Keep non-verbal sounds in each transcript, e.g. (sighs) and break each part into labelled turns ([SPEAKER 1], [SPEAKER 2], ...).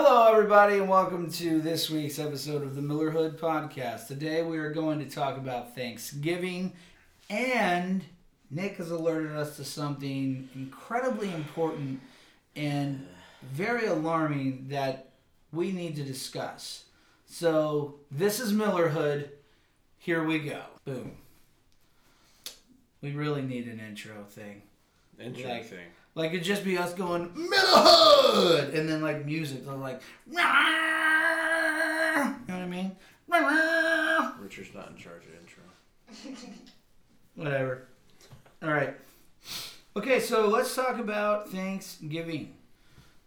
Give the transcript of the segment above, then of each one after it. [SPEAKER 1] everybody, and welcome to this week's episode of the Millerhood Podcast. Today, we are going to talk about Thanksgiving, and Nick has alerted us to something incredibly important and very alarming that we need to discuss. So, this is Millerhood. Here we go. Boom. We really need an intro thing.
[SPEAKER 2] Interesting.
[SPEAKER 1] Like it'd just be us going middle hood, and then like music, they're like, "Rah!" you know what I mean? Rah!
[SPEAKER 2] Richard's not in charge of intro.
[SPEAKER 1] Whatever. All right. Okay, so let's talk about Thanksgiving.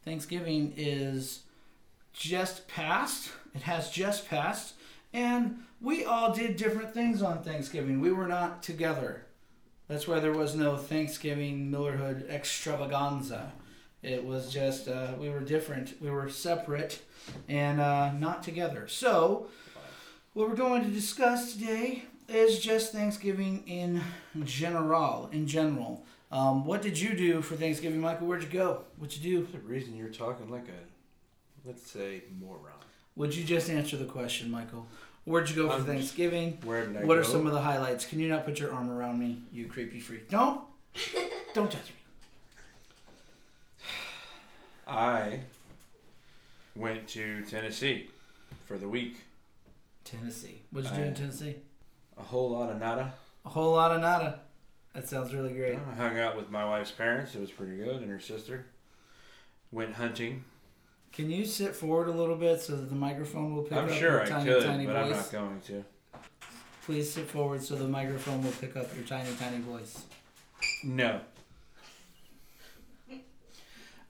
[SPEAKER 1] Thanksgiving is just passed. It has just passed, and we all did different things on Thanksgiving. We were not together. That's why there was no Thanksgiving Millerhood extravaganza. It was just uh, we were different. We were separate and uh, not together. So, what we're going to discuss today is just Thanksgiving in general. In general, um, what did you do for Thanksgiving, Michael? Where'd you go? What'd you do?
[SPEAKER 2] There's a reason you're talking like a, let's say, moron.
[SPEAKER 1] Would you just answer the question, Michael? Where'd you go for
[SPEAKER 2] I'm-
[SPEAKER 1] Thanksgiving?
[SPEAKER 2] Where did I
[SPEAKER 1] What
[SPEAKER 2] go?
[SPEAKER 1] are some of the highlights? Can you not put your arm around me, you creepy freak?
[SPEAKER 2] (laughs)
[SPEAKER 1] Don't, don't judge me.
[SPEAKER 2] I went to Tennessee for the week.
[SPEAKER 1] Tennessee. What'd you do in
[SPEAKER 2] I-
[SPEAKER 1] Tennessee?
[SPEAKER 2] A whole lot of nada.
[SPEAKER 1] A whole lot of nada. That sounds really great.
[SPEAKER 2] I hung out with my wife's parents. It was pretty good, and her sister. Went hunting.
[SPEAKER 1] Can you sit forward a little bit so that the microphone will pick
[SPEAKER 2] I'm
[SPEAKER 1] up
[SPEAKER 2] sure
[SPEAKER 1] your
[SPEAKER 2] I
[SPEAKER 1] tiny,
[SPEAKER 2] could,
[SPEAKER 1] tiny
[SPEAKER 2] but I'm
[SPEAKER 1] voice?
[SPEAKER 2] not going to.
[SPEAKER 1] Please sit forward so the microphone will pick up your tiny, tiny voice.
[SPEAKER 2] No.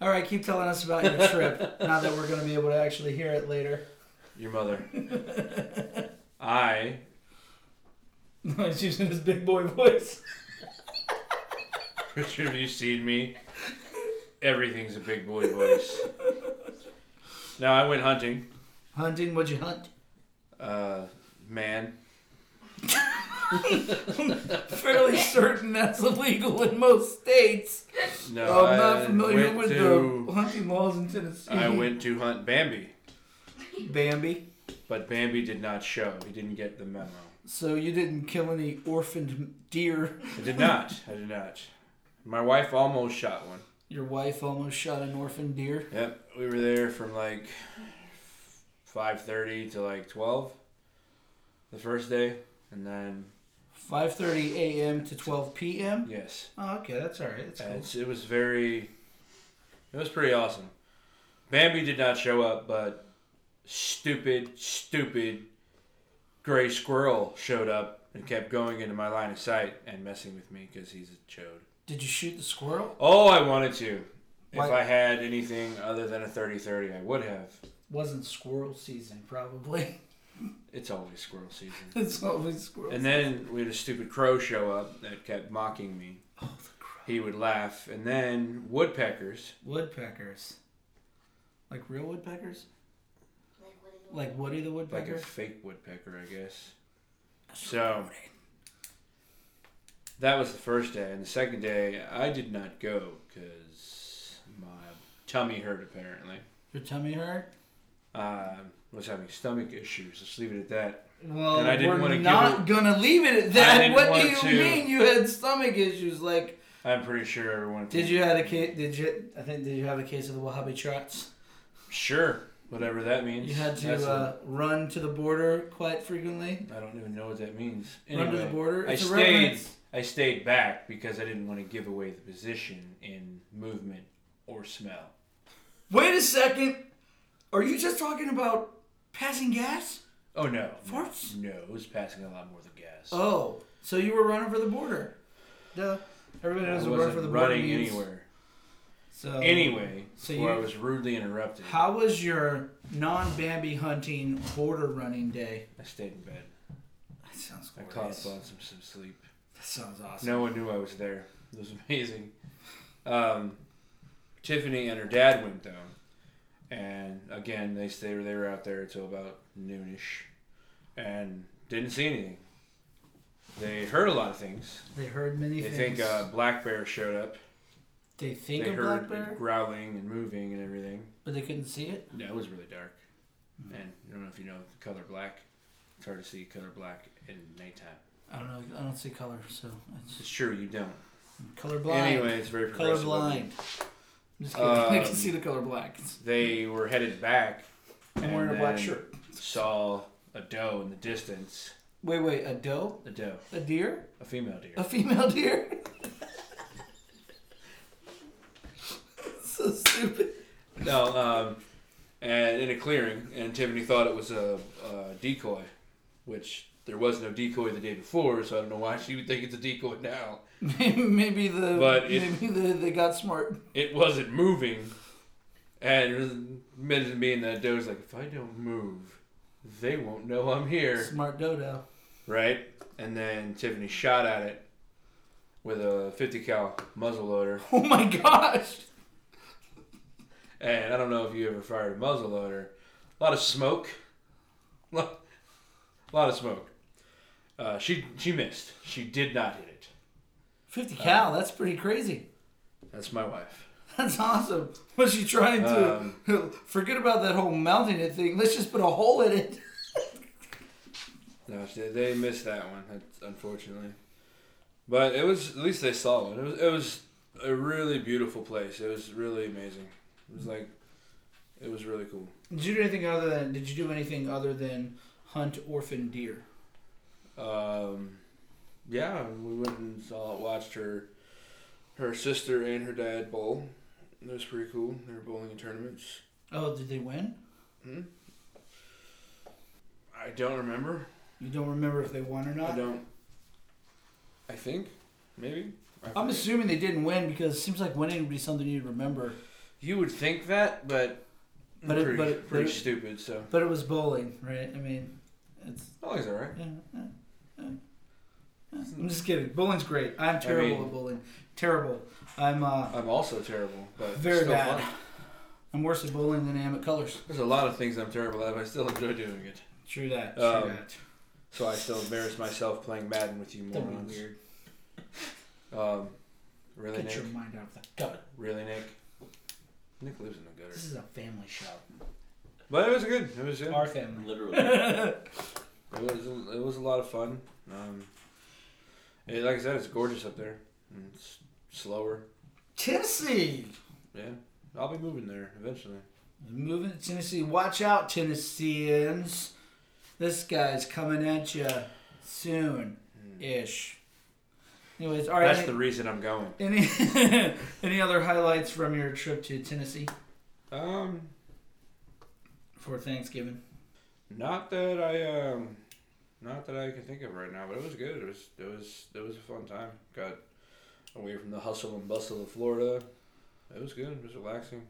[SPEAKER 1] All right, keep telling us about your
[SPEAKER 2] (laughs)
[SPEAKER 1] trip. now that we're going to be able to actually hear it later. (laughs)
[SPEAKER 2] Your mother. I
[SPEAKER 1] He's using his big boy voice.
[SPEAKER 2] Richard, have you seen me? Everything's a big boy voice. Now I went hunting.
[SPEAKER 1] Hunting? What'd you hunt?
[SPEAKER 2] Uh, man, (laughs)
[SPEAKER 1] Fairly certain that's illegal in most states.
[SPEAKER 2] no,
[SPEAKER 1] I'm not
[SPEAKER 2] I
[SPEAKER 1] familiar
[SPEAKER 2] went
[SPEAKER 1] with
[SPEAKER 2] to,
[SPEAKER 1] the hunting laws in Tennessee.
[SPEAKER 2] I went to hunt Bambi,
[SPEAKER 1] Bambi.
[SPEAKER 2] but Bambi did not show. He didn't get the memo.
[SPEAKER 1] So you didn't kill any orphaned deer.
[SPEAKER 2] I did not. I did not. My wife almost shot one.
[SPEAKER 1] Your wife almost shot an orphaned deer.
[SPEAKER 2] Yep, we were there from like five thirty to like twelve, the first day, and then
[SPEAKER 1] 5:30 a.m. to 12 p.m.
[SPEAKER 2] yes,
[SPEAKER 1] Oh, okay, that's all right. That's
[SPEAKER 2] And
[SPEAKER 1] cool.
[SPEAKER 2] it's, it was very, it was pretty awesome. Bambi did not show up, but stupid, stupid gray squirrel showed up and kept going into my line of sight and messing with me because he's a chode.
[SPEAKER 1] Did you shoot the squirrel?
[SPEAKER 2] Oh, I wanted to.
[SPEAKER 1] Why-
[SPEAKER 2] If I had anything other than a 30-30, I would have.
[SPEAKER 1] Wasn't squirrel season, probably. (laughs)
[SPEAKER 2] It's always squirrel season.
[SPEAKER 1] it's always squirrel.
[SPEAKER 2] And then we had a stupid crow show up that kept mocking me.
[SPEAKER 1] oh, the crap.
[SPEAKER 2] He would laugh. And then woodpeckers.
[SPEAKER 1] Woodpeckers. Like real woodpeckers?
[SPEAKER 3] Like what in the
[SPEAKER 1] Like Woody the
[SPEAKER 2] Like
[SPEAKER 1] woodpecker?
[SPEAKER 2] a fake woodpecker, I guess. So that was the first day, and the second day I did not go because my tummy hurt. Apparently,
[SPEAKER 1] Your tummy hurt?
[SPEAKER 2] I was having stomach issues. Let's leave it at that.
[SPEAKER 1] Well,
[SPEAKER 2] And I didn't
[SPEAKER 1] we're
[SPEAKER 2] wanna give
[SPEAKER 1] not gonna leave it at that.
[SPEAKER 2] didn't
[SPEAKER 1] What do
[SPEAKER 2] want
[SPEAKER 1] you
[SPEAKER 2] to-
[SPEAKER 1] mean you had stomach issues? Like,
[SPEAKER 2] I'm pretty sure everyone.
[SPEAKER 1] did you had a case? Did you? I think did you have a case of the Wahhabi trots?
[SPEAKER 2] Sure, whatever that means.
[SPEAKER 1] You had to
[SPEAKER 2] That's a-
[SPEAKER 1] uh, run to the border quite frequently.
[SPEAKER 2] I don't even know what that means.
[SPEAKER 1] run to the
[SPEAKER 2] Anyway,
[SPEAKER 1] border.
[SPEAKER 2] I
[SPEAKER 1] It's a
[SPEAKER 2] stayed-
[SPEAKER 1] reference.
[SPEAKER 2] I stayed back because I didn't want to give away the position in movement or smell.
[SPEAKER 1] Wait a second. Are you just talking about passing gas?
[SPEAKER 2] Oh no!
[SPEAKER 1] Farts?
[SPEAKER 2] No, it was passing a lot more than gas.
[SPEAKER 1] Oh, so you were running for the border? Duh. Everybody
[SPEAKER 2] I
[SPEAKER 1] knows what run
[SPEAKER 2] wasn't
[SPEAKER 1] for the border
[SPEAKER 2] running
[SPEAKER 1] means.
[SPEAKER 2] anywhere.
[SPEAKER 1] So
[SPEAKER 2] anyway,
[SPEAKER 1] so
[SPEAKER 2] before
[SPEAKER 1] you-
[SPEAKER 2] I was rudely interrupted,
[SPEAKER 1] How was your non-Bambi hunting border running day?
[SPEAKER 2] I stayed in bed.
[SPEAKER 1] That sounds
[SPEAKER 2] I
[SPEAKER 1] glorious.
[SPEAKER 2] caught up on some, some sleep.
[SPEAKER 1] That sounds awesome.
[SPEAKER 2] No one knew I was there. It was amazing. Um, Tiffany and her dad went down, and again they stayed. They were out there until about noonish, and didn't see anything. They heard a lot of things.
[SPEAKER 1] They heard many
[SPEAKER 2] They
[SPEAKER 1] things.
[SPEAKER 2] think a black bear showed up.
[SPEAKER 1] They think
[SPEAKER 2] they
[SPEAKER 1] of black
[SPEAKER 2] heard
[SPEAKER 1] bear,
[SPEAKER 2] it growling and moving and everything.
[SPEAKER 1] but they couldn't see it.
[SPEAKER 2] Yeah, it was really dark.
[SPEAKER 1] Mm-hmm.
[SPEAKER 2] And I don't know if you know the color black. It's hard to see color black in nighttime.
[SPEAKER 1] I don't know. I don't see color, so it's
[SPEAKER 2] It's true, you don't.
[SPEAKER 1] colorblind.
[SPEAKER 2] Anyway, it's very progressive. of
[SPEAKER 1] colorblind.
[SPEAKER 2] them.
[SPEAKER 1] I'm just kidding. (laughs) I
[SPEAKER 2] Um,
[SPEAKER 1] can see the color black.
[SPEAKER 2] They were headed back.
[SPEAKER 1] I'm
[SPEAKER 2] and
[SPEAKER 1] wearing a black
[SPEAKER 2] then
[SPEAKER 1] shirt.
[SPEAKER 2] Saw a doe in the distance.
[SPEAKER 1] Wait, wait. A doe?
[SPEAKER 2] A doe,
[SPEAKER 1] A deer?
[SPEAKER 2] a female deer.
[SPEAKER 1] A female deer? so stupid.
[SPEAKER 2] No, um, and in a clearing, and Tiffany thought it was a, a decoy, which there was no decoy the day before, so I don't know why she would think it's a decoy now.
[SPEAKER 1] maybe the
[SPEAKER 2] But it-
[SPEAKER 1] maybe the, they got smart.
[SPEAKER 2] It wasn't moving, and mentioned being that doe was like, if I don't move, they won't know I'm here,
[SPEAKER 1] Smart dodo. (laughs)
[SPEAKER 2] right? And then Tiffany shot at it with a 50 cal muzzle loader,
[SPEAKER 1] Oh my gosh.
[SPEAKER 2] and I don't know if you ever fired a muzzle loader. A lot of smoke. (laughs) A lot of smoke. Uh, she she missed. She did not hit it. Uh,
[SPEAKER 1] 50 cal, that's pretty crazy.
[SPEAKER 2] That's my wife.
[SPEAKER 1] That's awesome. Was she trying to
[SPEAKER 2] um,
[SPEAKER 1] (laughs) forget about that whole mounting it thing? Let's just put a hole in it.
[SPEAKER 2] No, she, they missed that one. that's- Unfortunately, but it was at least they saw one. It was it was a really beautiful place. It was really amazing. It was like it was really cool.
[SPEAKER 1] Did you do anything other than did you do anything other than hunt orphan deer?
[SPEAKER 2] Um, yeah, we went and saw watched her, her sister and her dad bowl. It was pretty cool. They were bowling in tournaments.
[SPEAKER 1] Oh, did they win?
[SPEAKER 2] I don't remember.
[SPEAKER 1] You don't remember if they won or
[SPEAKER 2] I
[SPEAKER 1] not?
[SPEAKER 2] don't. I think maybe. I
[SPEAKER 1] I'm
[SPEAKER 2] forget.
[SPEAKER 1] assuming they didn't win because it seems like winning would be something you'd remember.
[SPEAKER 2] you would think that, but
[SPEAKER 1] But it-
[SPEAKER 2] pretty,
[SPEAKER 1] but it-
[SPEAKER 2] pretty
[SPEAKER 1] but it-
[SPEAKER 2] stupid. So
[SPEAKER 1] But it was bowling, right? I mean, it's.
[SPEAKER 2] always all right.
[SPEAKER 1] Yeah, yeah, yeah. I'm just kidding. Bowling's great. I'm terrible
[SPEAKER 2] mean-
[SPEAKER 1] at bowling. Terrible. I'm uh,
[SPEAKER 2] I'm also terrible, but it's
[SPEAKER 1] very
[SPEAKER 2] still
[SPEAKER 1] bad.
[SPEAKER 2] fun.
[SPEAKER 1] I'm worse at bowling than I am at colors.
[SPEAKER 2] There's a lot of things I'm terrible at, but I still enjoy doing it.
[SPEAKER 1] True that. True
[SPEAKER 2] Um,
[SPEAKER 1] that.
[SPEAKER 2] So I still embarrass myself playing Madden with you
[SPEAKER 1] Don't be
[SPEAKER 2] morons.
[SPEAKER 1] weird.
[SPEAKER 2] Um, really,
[SPEAKER 1] Get
[SPEAKER 2] Nick?
[SPEAKER 1] your mind out of the gutter.
[SPEAKER 2] Really, Nick? Nick lives in the gutter.
[SPEAKER 1] This is a family show.
[SPEAKER 2] But it was good. It was good.
[SPEAKER 1] Our family.
[SPEAKER 4] Literally.
[SPEAKER 2] It was it was a lot of fun. Um, it, like I said, it's gorgeous up there. And It's slower.
[SPEAKER 1] Tennessee.
[SPEAKER 2] Yeah, I'll be moving there eventually.
[SPEAKER 1] Moving to Tennessee. Watch out, Tennesseans. This guy's coming at you soon ish. Anyways, all right.
[SPEAKER 2] Hmm. That's the reason I'm going.
[SPEAKER 1] Any (laughs) any other highlights from your trip to Tennessee
[SPEAKER 2] Um,
[SPEAKER 1] for Thanksgiving?
[SPEAKER 2] not that I um, not that I can think of right now, but it was good. It was it was it was a fun time. Got away from the hustle and bustle of Florida. It was good. It was relaxing.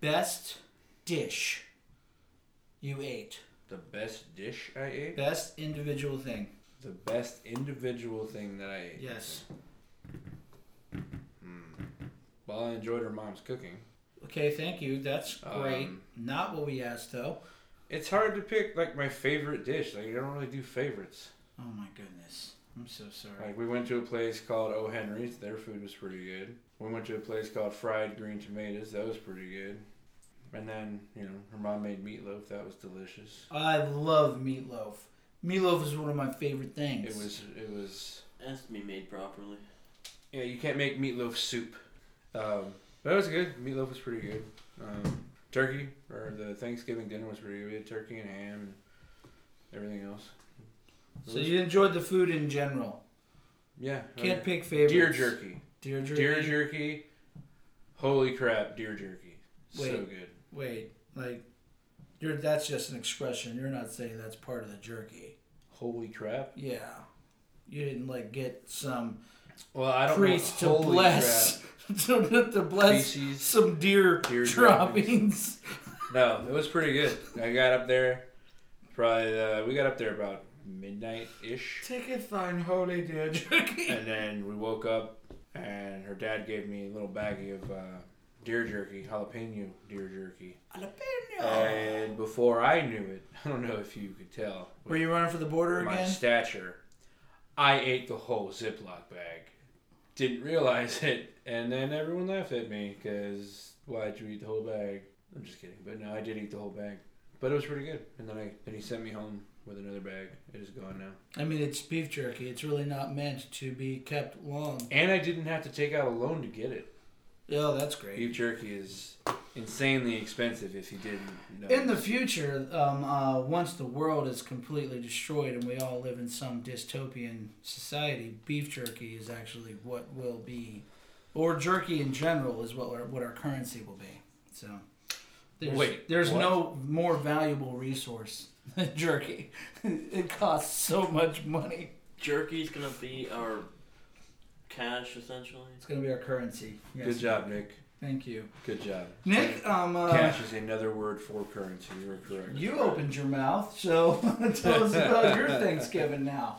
[SPEAKER 1] Best dish you ate.
[SPEAKER 2] The best dish I ate.
[SPEAKER 1] Best individual thing.
[SPEAKER 2] The best individual thing that I ate.
[SPEAKER 1] Yes.
[SPEAKER 2] Well, I enjoyed her mom's cooking.
[SPEAKER 1] Okay, thank you. That's great.
[SPEAKER 2] Um,
[SPEAKER 1] Not what we asked though.
[SPEAKER 2] It's hard to pick like my favorite dish. Like I don't really do favorites.
[SPEAKER 1] Oh my goodness. I'm so sorry.
[SPEAKER 2] Like we went to a place called O Henry's. Their food was pretty good. We went to a place called Fried Green Tomatoes. That was pretty good. And then you know her mom made meatloaf. That was delicious.
[SPEAKER 1] I love meatloaf. Meatloaf is one of my favorite things.
[SPEAKER 2] It was it was
[SPEAKER 4] It has to be made properly.
[SPEAKER 2] yeah. You can't make meatloaf soup. Um, but it was good. Meatloaf was pretty good. Um, turkey or the Thanksgiving dinner was pretty good. We had turkey and ham and everything else.
[SPEAKER 1] So you enjoyed the food in general.
[SPEAKER 2] Oh, Yeah.
[SPEAKER 1] Can't
[SPEAKER 2] okay.
[SPEAKER 1] pick favorites.
[SPEAKER 2] deer jerky.
[SPEAKER 1] Deer jerky.
[SPEAKER 2] Deer jerky. Holy crap, deer jerky. So
[SPEAKER 1] Wait.
[SPEAKER 2] good.
[SPEAKER 1] Wait, like, you're that's just an expression. You're not saying that's part of the jerky.
[SPEAKER 2] Holy crap.
[SPEAKER 1] Yeah, you didn't like get some
[SPEAKER 2] Well, I don't
[SPEAKER 1] priest
[SPEAKER 2] know.
[SPEAKER 1] to bless (laughs) to, to bless
[SPEAKER 2] Feces.
[SPEAKER 1] some deer,
[SPEAKER 2] Deer
[SPEAKER 1] droppings.
[SPEAKER 2] crap. No, it was pretty good. I got up there. Probably uh, we got up there about midnight ish,
[SPEAKER 1] Ticket thine holy deer (laughs) jerky.
[SPEAKER 2] and then we woke up, and her dad gave me a little baggie of uh, deer jerky, jalapeno deer jerky.
[SPEAKER 1] Jalapeno.
[SPEAKER 2] And before I knew it, (laughs) I don't know if you could tell
[SPEAKER 1] Were you running for the border
[SPEAKER 2] my
[SPEAKER 1] again?
[SPEAKER 2] stature, I ate the whole Ziploc bag. didn't realize (laughs) it, and then everyone laughed at me because why'd you eat the whole bag? I'm just kidding, but no, I did eat the whole bag, but it was pretty good. And then I then he sent me home with another bag. It is gone now,
[SPEAKER 1] I mean, it's beef jerky. It's really not meant to be kept long.
[SPEAKER 2] and I didn't have to take out a loan to get it.
[SPEAKER 1] Oh, that's great.
[SPEAKER 2] Beef jerky is insanely expensive if you didn't know.
[SPEAKER 1] In the future, um, uh, once the world is completely destroyed and we all live in some dystopian society, beef jerky is actually what will be, or jerky in general is what our, what our currency will be. So, there's,
[SPEAKER 2] Wait,
[SPEAKER 1] there's
[SPEAKER 2] what?
[SPEAKER 1] no more valuable resource than jerky. (laughs) it costs so much money.
[SPEAKER 4] Jerky's gonna be our cash essentially.
[SPEAKER 1] It's gonna be our currency. Yes.
[SPEAKER 2] good job, Nick.
[SPEAKER 1] Thank you,
[SPEAKER 2] Good job.
[SPEAKER 1] Nick. Um, uh,
[SPEAKER 2] Cash is another word for currency. You are correct.
[SPEAKER 1] You opened your mouth, so (laughs) tell us about
[SPEAKER 2] (laughs)
[SPEAKER 1] your Thanksgiving now.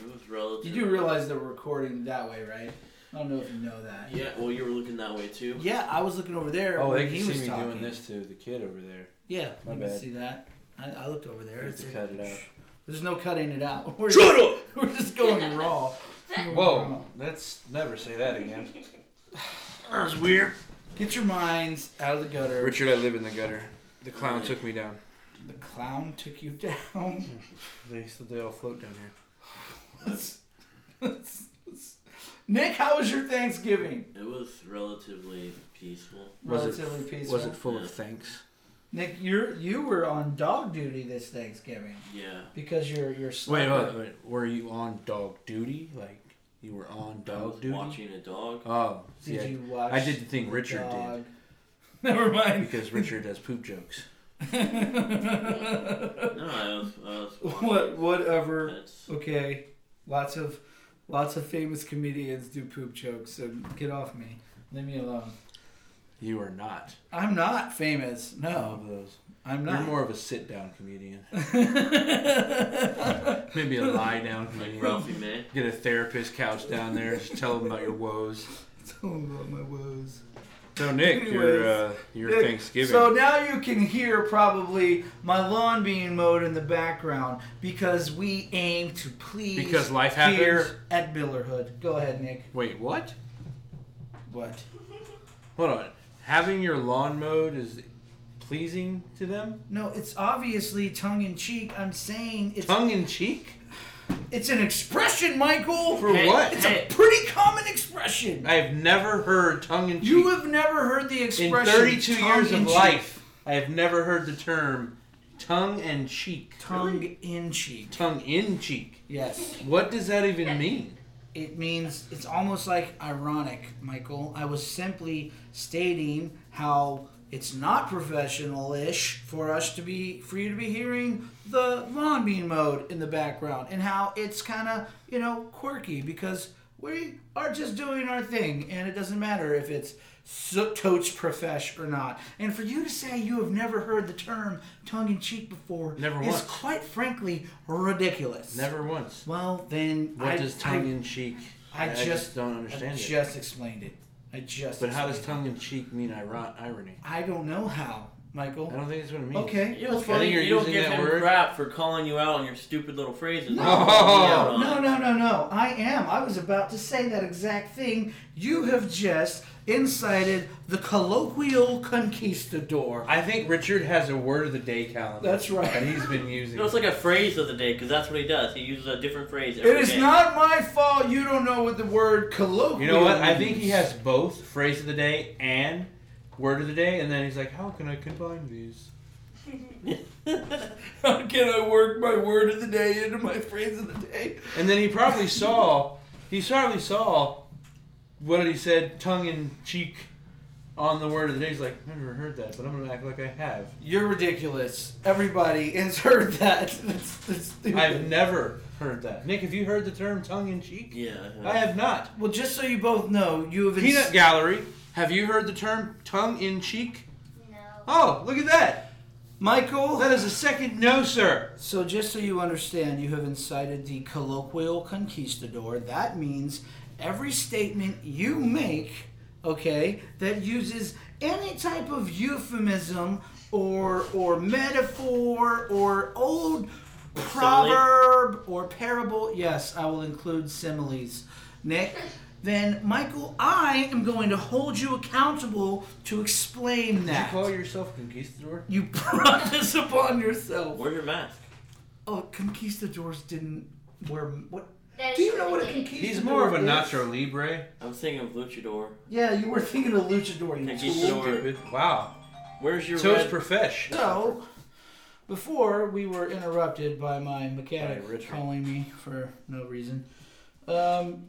[SPEAKER 4] It was relative.
[SPEAKER 1] You do realize that we're recording that way, right? I don't know if you know that.
[SPEAKER 4] Yeah. Well, you were looking that way too.
[SPEAKER 1] Yeah, I was looking over there.
[SPEAKER 2] Oh, they
[SPEAKER 1] when
[SPEAKER 2] can
[SPEAKER 1] he
[SPEAKER 2] see
[SPEAKER 1] was
[SPEAKER 2] me
[SPEAKER 1] talking.
[SPEAKER 2] doing this to the kid over there.
[SPEAKER 1] Yeah,
[SPEAKER 2] My
[SPEAKER 1] you can
[SPEAKER 2] bad.
[SPEAKER 1] see that. I, I looked over there.
[SPEAKER 2] We have to
[SPEAKER 1] It's-
[SPEAKER 2] cut it out.
[SPEAKER 1] There's no cutting it out. (laughs) We're
[SPEAKER 2] Shut
[SPEAKER 1] just, We're just going raw.
[SPEAKER 2] Whoa, let's never say that again. that was weird.
[SPEAKER 1] Get your minds out of the gutter.
[SPEAKER 2] Richard, I live in the gutter. The clown took me down.
[SPEAKER 1] The clown took you (laughs) down.
[SPEAKER 2] They said they all float down here.
[SPEAKER 1] Let's- let's- let's- Nick, how was your Thanksgiving?
[SPEAKER 4] It was relatively peaceful.
[SPEAKER 2] Was it-
[SPEAKER 1] Relatively peaceful.
[SPEAKER 2] Was it full of thanks?
[SPEAKER 1] Nick, you're you were on dog duty this Thanksgiving
[SPEAKER 4] Yeah.
[SPEAKER 1] because you're you're
[SPEAKER 2] Wait,
[SPEAKER 1] slacking.
[SPEAKER 2] wait, wait. Were you on dog duty? Like you were on
[SPEAKER 4] I was
[SPEAKER 2] dog duty?
[SPEAKER 4] Watching a dog.
[SPEAKER 2] Oh, see,
[SPEAKER 1] Did
[SPEAKER 2] I-
[SPEAKER 1] you watch?
[SPEAKER 2] I did the thing Richard
[SPEAKER 1] dog? (laughs) Never mind.
[SPEAKER 2] did because Richard does poop jokes.
[SPEAKER 4] No, I was. I (laughs) was watching
[SPEAKER 1] (laughs) what? Whatever.
[SPEAKER 4] pets.
[SPEAKER 1] Okay. Lots of, lots of famous comedians do poop jokes. So get off me. Leave me alone.
[SPEAKER 2] You are not.
[SPEAKER 1] I'm not famous.
[SPEAKER 2] All
[SPEAKER 1] No,
[SPEAKER 2] of those.
[SPEAKER 1] Oh. I'm
[SPEAKER 2] You're
[SPEAKER 1] not.
[SPEAKER 2] more of a sit down
[SPEAKER 1] (laughs)
[SPEAKER 2] comedian. Maybe a lie down
[SPEAKER 1] (laughs)
[SPEAKER 2] comedian.
[SPEAKER 4] (laughs) Ralphie May.
[SPEAKER 2] Get a therapist couch down there. Just tell them about your woes.
[SPEAKER 1] Tell 'em about my woes.
[SPEAKER 2] So Nick, your uh,
[SPEAKER 1] Anyways,
[SPEAKER 2] your
[SPEAKER 1] Nick,
[SPEAKER 2] Thanksgiving.
[SPEAKER 1] So now you can hear probably my lawn being mowed in the background because we aim to please
[SPEAKER 2] Because life happens?
[SPEAKER 1] here at Millerhood. Go ahead, Nick.
[SPEAKER 2] Wait, what?
[SPEAKER 1] What?
[SPEAKER 2] Hold on. Having your lawn mowed is pleasing to them.
[SPEAKER 1] No, it's obviously tongue in cheek. I'm saying it's
[SPEAKER 2] Tongue in cheek.
[SPEAKER 1] it's an expression, Michael.
[SPEAKER 2] For what?
[SPEAKER 1] It's a pretty common expression.
[SPEAKER 2] I have never heard tongue in cheek.
[SPEAKER 1] You have never heard the
[SPEAKER 2] in
[SPEAKER 1] expression.
[SPEAKER 2] 32
[SPEAKER 1] tongue
[SPEAKER 2] years
[SPEAKER 1] in
[SPEAKER 2] of
[SPEAKER 1] cheek.
[SPEAKER 2] life, I have never heard the term tongue and cheek.
[SPEAKER 1] Tongue in cheek.
[SPEAKER 2] Tongue in cheek.
[SPEAKER 1] Yes.
[SPEAKER 2] What does that even mean?
[SPEAKER 1] It means it's almost like ironic, Michael. I was simply stating how it's not professional-ish for us to be for you to be hearing the lawn bean mode in the background and how it's kind of you know quirky because we are just doing our thing and it doesn't matter if it's so- totes profesh or not and for you to say you have never heard the term tongue-in-cheek before
[SPEAKER 2] Never
[SPEAKER 1] is
[SPEAKER 2] once.
[SPEAKER 1] quite frankly ridiculous
[SPEAKER 2] Never once.
[SPEAKER 1] well then
[SPEAKER 2] What
[SPEAKER 1] I,
[SPEAKER 2] does
[SPEAKER 1] I-
[SPEAKER 2] tongue in cheek?
[SPEAKER 1] I just-
[SPEAKER 2] don't
[SPEAKER 1] I
[SPEAKER 2] understand it.
[SPEAKER 1] just explained it. I just.
[SPEAKER 2] But how does
[SPEAKER 1] explained
[SPEAKER 2] tongue in cheek mean iron- irony?
[SPEAKER 1] it. I don't know how,
[SPEAKER 2] I
[SPEAKER 1] Michael.
[SPEAKER 2] don't think that's what it means.
[SPEAKER 1] Okay.
[SPEAKER 4] You know, it's
[SPEAKER 1] okay.
[SPEAKER 4] funny.
[SPEAKER 2] you're
[SPEAKER 4] You don't
[SPEAKER 2] using
[SPEAKER 4] give
[SPEAKER 2] that
[SPEAKER 4] him
[SPEAKER 2] word.
[SPEAKER 4] crap for calling you out on your stupid little phrases.
[SPEAKER 1] No.
[SPEAKER 4] You're calling me out on
[SPEAKER 1] No,
[SPEAKER 4] it.
[SPEAKER 1] no, no, no. I am. I was about to say that exact thing. You have just incited the colloquial conquistador.
[SPEAKER 2] I think Richard has a word of the day calendar.
[SPEAKER 1] That's right.
[SPEAKER 2] That he's been using.
[SPEAKER 4] No, it's like a phrase of the day because that's what he does. He uses a different phrase every
[SPEAKER 1] It
[SPEAKER 4] day.
[SPEAKER 1] is not my fault you don't know what the word colloquial
[SPEAKER 2] you know what? I think
[SPEAKER 1] means.
[SPEAKER 2] he has both phrase of the day and word of the day, and then he's like, "How can I combine these?"
[SPEAKER 1] (laughs) How can I work my word of the day into my phrase of the day?
[SPEAKER 2] And then he
[SPEAKER 4] (laughs)
[SPEAKER 2] probably saw, he probably saw what he said, tongue in cheek, on the word of the day. He's like, "I've never heard that, but I'm gonna act like I have."
[SPEAKER 1] You're ridiculous. Everybody (laughs) has heard that. That's, that's stupid. (laughs)
[SPEAKER 2] I've never heard that. Nick, have you heard the term tongue in cheek?
[SPEAKER 4] Yeah.
[SPEAKER 2] I have not.
[SPEAKER 1] Well, just so you both know, you have ins-
[SPEAKER 2] Peanut Gallery, have you heard the term tongue in cheek?
[SPEAKER 3] No.
[SPEAKER 2] Oh, look at that.
[SPEAKER 1] Michael.
[SPEAKER 2] That is a second no, sir.
[SPEAKER 1] So just so you understand, you have incited the colloquial conquistador. That means every statement you make, okay, that uses any type of euphemism or or metaphor or old proverb or parable. Yes, I will include similes. Nick, then Michael, I am going to hold you accountable to explain
[SPEAKER 2] Did you
[SPEAKER 1] that.
[SPEAKER 2] call yourself conquistador?
[SPEAKER 1] You (laughs) brought this upon yourself.
[SPEAKER 4] Wear your mask.
[SPEAKER 1] Oh, conquistadors didn't wear what?
[SPEAKER 3] That
[SPEAKER 1] Do
[SPEAKER 3] is
[SPEAKER 1] you know
[SPEAKER 3] true,
[SPEAKER 1] what a
[SPEAKER 3] they did.
[SPEAKER 1] conquistador?
[SPEAKER 2] He's more of a
[SPEAKER 1] is?
[SPEAKER 2] Nacho Libre.
[SPEAKER 4] I was thinking of Luchador.
[SPEAKER 1] Yeah, you were thinking of luchador. You fool.
[SPEAKER 4] Conquistador.
[SPEAKER 2] Stupid. Wow.
[SPEAKER 4] Where's your
[SPEAKER 2] So it's
[SPEAKER 4] red?
[SPEAKER 2] profesh.
[SPEAKER 1] So, before we were interrupted by my mechanic
[SPEAKER 2] By Richard.
[SPEAKER 1] calling me for no reason. Um,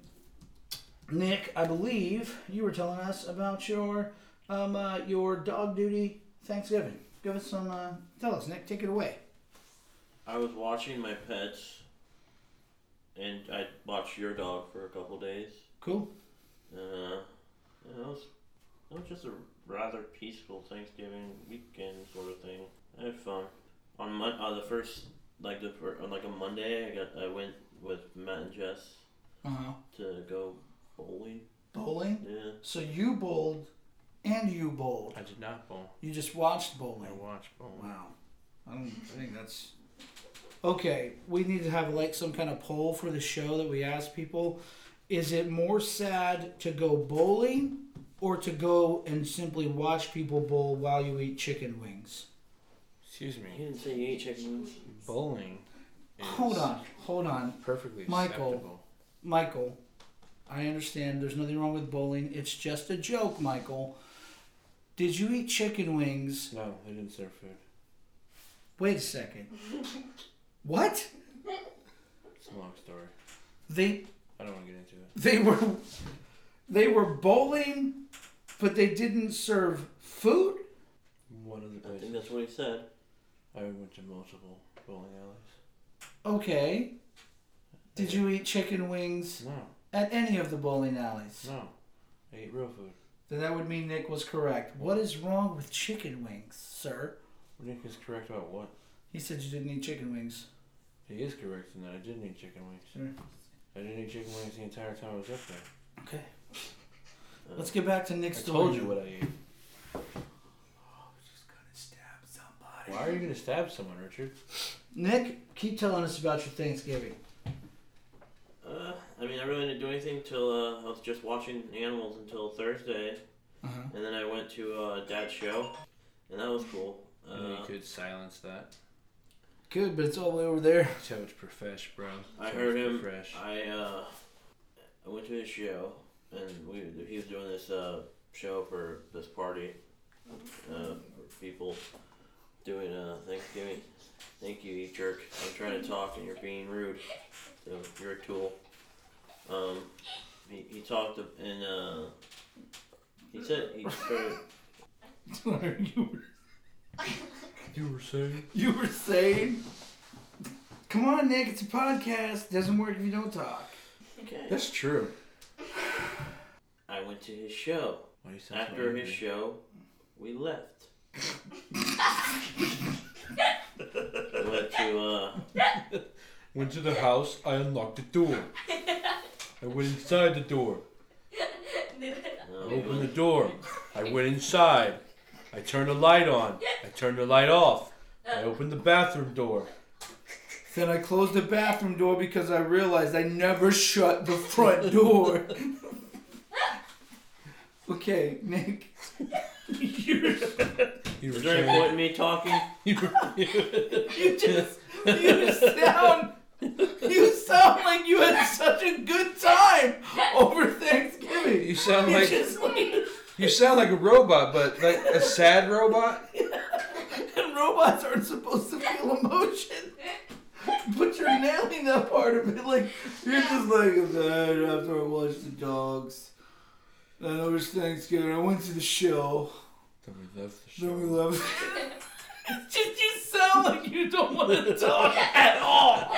[SPEAKER 1] Nick, I believe you were telling us about your um, uh, your dog duty Thanksgiving. Give us some. Uh, tell us, Nick. Take it away.
[SPEAKER 4] I was watching my pets, and I watched your dog for a couple days.
[SPEAKER 1] Cool.
[SPEAKER 4] Uh, and it was it was just a rather peaceful Thanksgiving weekend sort of thing. I had fun. On mon- on the first like the fir- on like a Monday, I got I went with Matt and Jess
[SPEAKER 1] Uh huh.
[SPEAKER 4] to go bowling.
[SPEAKER 1] Bowling.
[SPEAKER 4] Yeah,
[SPEAKER 1] So you bowled, and you bowled.
[SPEAKER 2] I did not bowl.
[SPEAKER 1] You just watched
[SPEAKER 2] I
[SPEAKER 1] bowling.
[SPEAKER 2] watched bowl.
[SPEAKER 1] Wow. I don't I think that's okay. We need to have like some kind of poll for the show that we ask people: Is it more sad to go bowling, or to go and simply watch people bowl while you eat chicken wings?
[SPEAKER 2] Excuse
[SPEAKER 4] he
[SPEAKER 2] me.
[SPEAKER 4] didn't say you ate chicken wings.
[SPEAKER 2] Bowling. Is
[SPEAKER 1] Hold on, hold on,
[SPEAKER 2] Perfectly
[SPEAKER 1] Michael.
[SPEAKER 2] acceptable.
[SPEAKER 1] Michael. I understand. There's nothing wrong with bowling. It's just a joke, Michael. Did you eat chicken wings
[SPEAKER 2] No, they didn't serve food.
[SPEAKER 1] Wait a second. What?
[SPEAKER 2] It's a long story.
[SPEAKER 1] They
[SPEAKER 2] I don't want to get into it.
[SPEAKER 1] they were they were bowling, but they didn't serve food.
[SPEAKER 2] One of the
[SPEAKER 4] I think
[SPEAKER 2] places
[SPEAKER 4] that's what he said.
[SPEAKER 2] I went to multiple bowling alleys.
[SPEAKER 1] Okay. Did you eat chicken wings
[SPEAKER 2] No,
[SPEAKER 1] at any of the bowling alleys?
[SPEAKER 2] no. I ate real food.
[SPEAKER 1] Then that would mean Nick was correct. What is wrong with chicken wings, sir?
[SPEAKER 2] Nick is correct about what?
[SPEAKER 1] He said you didn't eat chicken wings.
[SPEAKER 2] He is correct in that I didn't eat chicken wings.
[SPEAKER 1] Sure.
[SPEAKER 2] I didn't eat chicken wings the entire time I was up there.
[SPEAKER 1] Okay.
[SPEAKER 4] Uh,
[SPEAKER 1] Let's get back to Nick's
[SPEAKER 2] I
[SPEAKER 1] story.
[SPEAKER 2] told you what I ate.
[SPEAKER 1] Just gonna stab somebody.
[SPEAKER 2] Why are you gonna stab someone, Richard?
[SPEAKER 1] Nick, keep telling us about your Thanksgiving.
[SPEAKER 4] Uh, I mean, I really didn't do anything till uh, I was just watching animals until Thursday,
[SPEAKER 1] Uh-huh.
[SPEAKER 4] and then I went to uh, Dad's show, and that was cool.
[SPEAKER 2] you
[SPEAKER 4] Uh,
[SPEAKER 2] could silence that.
[SPEAKER 1] Good, but it's all the way over there. (laughs)
[SPEAKER 2] So it's profesh, bro.
[SPEAKER 4] I heard him. I uh, I went to his show, and we he was doing this uh, show for this party, uh, for people doing uh, Thanksgiving. Thank you, you jerk. I'm trying to talk, and you're being rude. So you're a tool. Um, he, he talked ab- and uh, he said he started.
[SPEAKER 1] What are you
[SPEAKER 2] You were saying?
[SPEAKER 4] (laughs)
[SPEAKER 1] You were saying? Come on, Nick, it's a podcast. Doesn't work if you don't talk.
[SPEAKER 4] Okay.
[SPEAKER 2] That's true.
[SPEAKER 4] I went to his show.
[SPEAKER 2] Why do you sound so
[SPEAKER 4] After his
[SPEAKER 2] angry?
[SPEAKER 4] show, we left. we went to uh,
[SPEAKER 2] Went to the house, I unlocked the door. I went inside the door.
[SPEAKER 4] no, (laughs)
[SPEAKER 2] I
[SPEAKER 4] we
[SPEAKER 2] opened the
[SPEAKER 4] went,
[SPEAKER 2] door. I went inside. I turned the light on. I turned the light off. I opened the bathroom door.
[SPEAKER 1] Then I closed the bathroom door because I realized I never shut the front door. (laughs) okay, Nick. (laughs) you
[SPEAKER 2] You were
[SPEAKER 4] is there any point in me talking?
[SPEAKER 2] (laughs) You were-
[SPEAKER 1] you just you sound you sound like you had such a good time over Thanksgiving.
[SPEAKER 2] you sound
[SPEAKER 1] You
[SPEAKER 2] like
[SPEAKER 1] just like
[SPEAKER 2] you sound like a robot, but like a sad robot.
[SPEAKER 1] And robots aren't supposed to feel emotion. But you're nailing that part of it. Like, you're just like, I'm tired after I watched the dogs. Then it was Thanksgiving. I went to the show.
[SPEAKER 2] Then we left the
[SPEAKER 1] Then we
[SPEAKER 2] show.
[SPEAKER 1] left. Just (laughs) you sound like you don't want (laughs) to talk at all.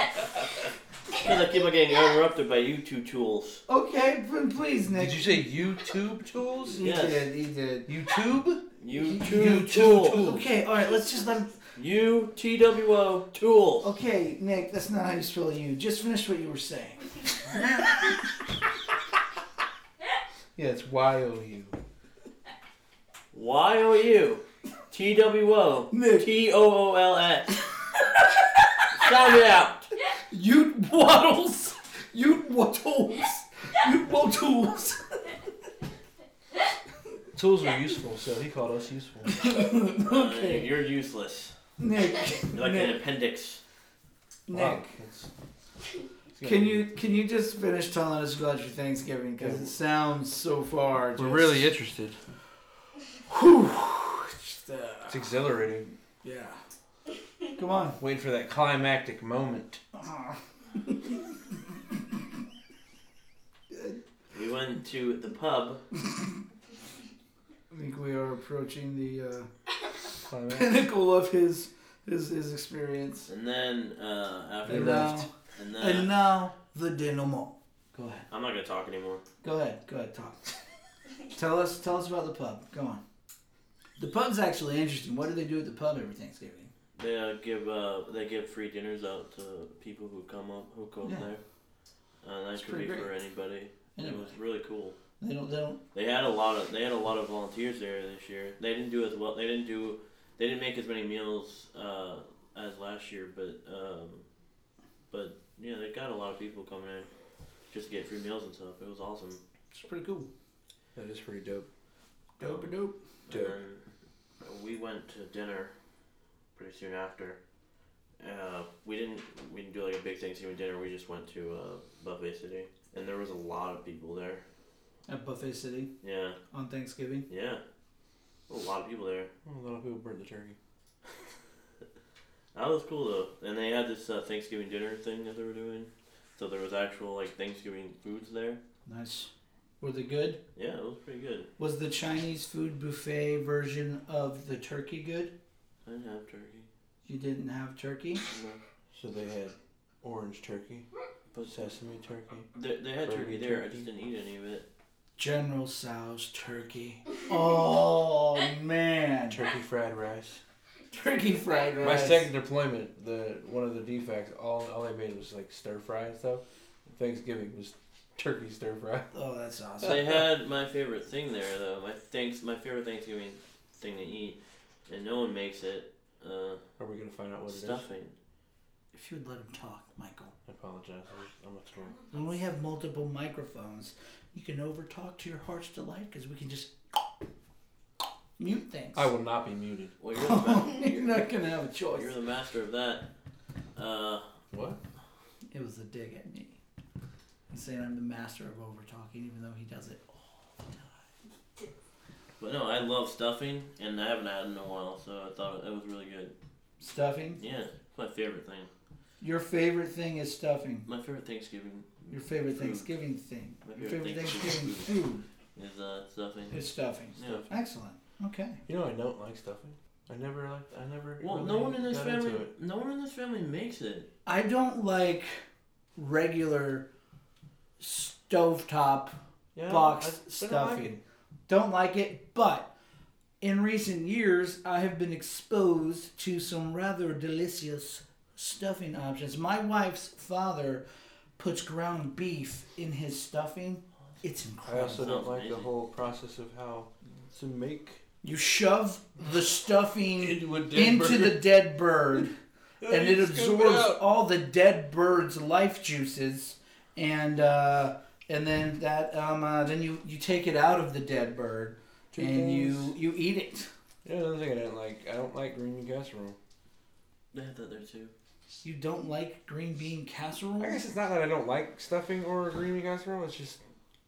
[SPEAKER 4] Because I keep on getting interrupted by you two tools.
[SPEAKER 1] Okay, but please, Nick.
[SPEAKER 2] Did you say YouTube tools?
[SPEAKER 1] He
[SPEAKER 4] Yes.
[SPEAKER 1] did. He did.
[SPEAKER 2] YouTube?
[SPEAKER 4] You
[SPEAKER 1] You
[SPEAKER 4] two
[SPEAKER 2] two
[SPEAKER 4] tools.
[SPEAKER 2] tools.
[SPEAKER 1] Okay, all right. Let's just let. Him...
[SPEAKER 4] You T W O tools.
[SPEAKER 1] Okay, Nick. That's not how you spell you. Just finish what you were saying.
[SPEAKER 2] Yeah, it's Y O U.
[SPEAKER 4] Y O U T W O
[SPEAKER 1] Nick.
[SPEAKER 4] T O O L S. Sound it out.
[SPEAKER 1] You waddles. You waddles. Well, tools.
[SPEAKER 2] Tools are useful, so he called us useful.
[SPEAKER 1] Okay.
[SPEAKER 4] Uh, you're useless.
[SPEAKER 1] Nick.
[SPEAKER 4] You're like an
[SPEAKER 1] Nick.
[SPEAKER 4] appendix.
[SPEAKER 1] Nick.
[SPEAKER 2] It's- it's
[SPEAKER 1] Can
[SPEAKER 2] good.
[SPEAKER 1] you can you just finish telling us about your Thanksgiving? Because it sounds so far. Just,
[SPEAKER 2] We're really interested.
[SPEAKER 1] Whew, just, uh,
[SPEAKER 2] It's exhilarating.
[SPEAKER 1] yeah. Come on.
[SPEAKER 2] Waiting for that climactic moment.
[SPEAKER 1] Ah,
[SPEAKER 4] We went to the pub.
[SPEAKER 1] I think we are approaching the uh,
[SPEAKER 2] (laughs) Climax.
[SPEAKER 1] pinnacle of his his his experience.
[SPEAKER 4] And then uh, after
[SPEAKER 1] And
[SPEAKER 2] And
[SPEAKER 4] that,
[SPEAKER 1] now,
[SPEAKER 4] and then
[SPEAKER 1] and now the denouement. Go ahead.
[SPEAKER 4] I'm not gonna talk anymore.
[SPEAKER 1] Go ahead. Go ahead. Talk. tell us. Tell us about the pub. Go on. The pub's actually interesting. What do they do at the pub every Thanksgiving?
[SPEAKER 4] They uh, give uh, they give free dinners out to people who come up who go up
[SPEAKER 1] Yeah.
[SPEAKER 4] there. Uh, that
[SPEAKER 1] It's
[SPEAKER 4] could be
[SPEAKER 1] pretty
[SPEAKER 4] for
[SPEAKER 1] great.
[SPEAKER 4] anybody. It
[SPEAKER 1] Anyway,
[SPEAKER 4] was really cool.
[SPEAKER 1] they don't. They don't.
[SPEAKER 4] They had a lot of they had a lot of volunteers there this year. They didn't do as well. They didn't do they didn't make as many meals uh, as last year, but um, but yeah, they got a lot of people coming in just to get free meals and stuff. It was awesome.
[SPEAKER 1] It's pretty cool.
[SPEAKER 2] That is pretty dope.
[SPEAKER 1] Dope. Dope.
[SPEAKER 2] Dope.
[SPEAKER 4] And then we went to dinner pretty soon after. Uh, we didn't we didn't do like a big Thanksgiving dinner. We just went to uh, Buffet City, and there was a lot of people there.
[SPEAKER 1] At Buffet City
[SPEAKER 4] Yeah,
[SPEAKER 1] on Thanksgiving.
[SPEAKER 4] yeah, a lot of people there.
[SPEAKER 2] Well, a lot of people burnt the turkey.
[SPEAKER 4] That was cool though, and they had this uh, Thanksgiving dinner thing that they were doing. So there was actual like Thanksgiving foods there.
[SPEAKER 1] Nice. Were they good?
[SPEAKER 4] Yeah, it was pretty good.
[SPEAKER 1] Was the Chinese food buffet version of the turkey good?
[SPEAKER 4] I didn't have turkey.
[SPEAKER 1] You didn't have turkey?
[SPEAKER 4] No.
[SPEAKER 2] So they had orange turkey,
[SPEAKER 4] But
[SPEAKER 2] sesame (laughs) turkey.
[SPEAKER 4] they, they had
[SPEAKER 2] Burger
[SPEAKER 4] turkey there. I
[SPEAKER 2] turkey.
[SPEAKER 4] just didn't eat any of it.
[SPEAKER 1] General Tso's turkey.
[SPEAKER 2] (laughs)
[SPEAKER 1] Oh man.
[SPEAKER 2] Turkey fried rice.
[SPEAKER 1] Turkey fried rice.
[SPEAKER 2] My second deployment, the one of the defects, all all they made was like stir fry and stuff. Thanksgiving was turkey stir fry.
[SPEAKER 1] Oh, that's awesome.
[SPEAKER 4] they had my favorite thing there though. My thanks, my favorite Thanksgiving thing to eat, and no one makes it. Uh,
[SPEAKER 2] Are we gonna find out what it is?
[SPEAKER 4] stuffing.
[SPEAKER 1] If you'd let him talk, Michael.
[SPEAKER 2] I apologize. I'm, I'm a tool.
[SPEAKER 1] When we have multiple microphones, you can overtalk to your heart's delight because we can just mute things.
[SPEAKER 2] I will not be muted.
[SPEAKER 4] Well, you're the, ma-
[SPEAKER 1] (laughs)
[SPEAKER 2] (laughs)
[SPEAKER 1] You're
[SPEAKER 4] you're,
[SPEAKER 1] not gonna have a choice.
[SPEAKER 4] you're the master of that. Uh,
[SPEAKER 2] What?
[SPEAKER 1] It was a dig at me. He's saying I'm the master of over talking, even though he does it.
[SPEAKER 4] but no, I love stuffing, and I haven't had it in a while, so I thought it was really good.
[SPEAKER 1] Stuffing?
[SPEAKER 4] Yeah, it's my favorite thing.
[SPEAKER 1] Your favorite thing is stuffing.
[SPEAKER 4] My favorite Thanksgiving.
[SPEAKER 1] Your favorite
[SPEAKER 4] food
[SPEAKER 1] Thanksgiving thing.
[SPEAKER 4] My
[SPEAKER 1] Your
[SPEAKER 4] favorite
[SPEAKER 1] favorite Thanksgiving
[SPEAKER 4] Thanksgiving
[SPEAKER 1] food
[SPEAKER 4] is uh, stuffing.
[SPEAKER 1] is stuffing.
[SPEAKER 4] Yeah.
[SPEAKER 1] Excellent. Okay.
[SPEAKER 2] You know I don't like stuffing. I never liked. I never.
[SPEAKER 4] Well,
[SPEAKER 2] really
[SPEAKER 4] no one in this
[SPEAKER 2] got into
[SPEAKER 4] family,
[SPEAKER 2] it.
[SPEAKER 4] no one in this family makes it.
[SPEAKER 1] I don't like regular stovetop
[SPEAKER 2] Yeah,
[SPEAKER 1] box
[SPEAKER 2] I- I don't like
[SPEAKER 1] stuffing.
[SPEAKER 2] it.
[SPEAKER 1] don't like it, but in recent years, I have been exposed to some rather delicious stuffing options. My wife's father puts ground beef in his stuffing. It's
[SPEAKER 2] I
[SPEAKER 1] incredible.
[SPEAKER 2] also don't
[SPEAKER 4] Sounds
[SPEAKER 2] like the
[SPEAKER 4] amazing.
[SPEAKER 2] whole process of how to make
[SPEAKER 1] you shove the stuffing
[SPEAKER 2] would
[SPEAKER 1] into the
[SPEAKER 2] (laughs)
[SPEAKER 1] dead bird, and it absorbs all the dead bird's life juices, and uh, and then that um, uh, then you you take it out of the dead bird and you you eat it.
[SPEAKER 2] Yeah, another thing I didn't like. I don't like green bean casserole.
[SPEAKER 4] They have that there too.
[SPEAKER 1] You don't like green bean casserole?
[SPEAKER 2] I guess it's not that I don't like stuffing or green bean casserole. It's just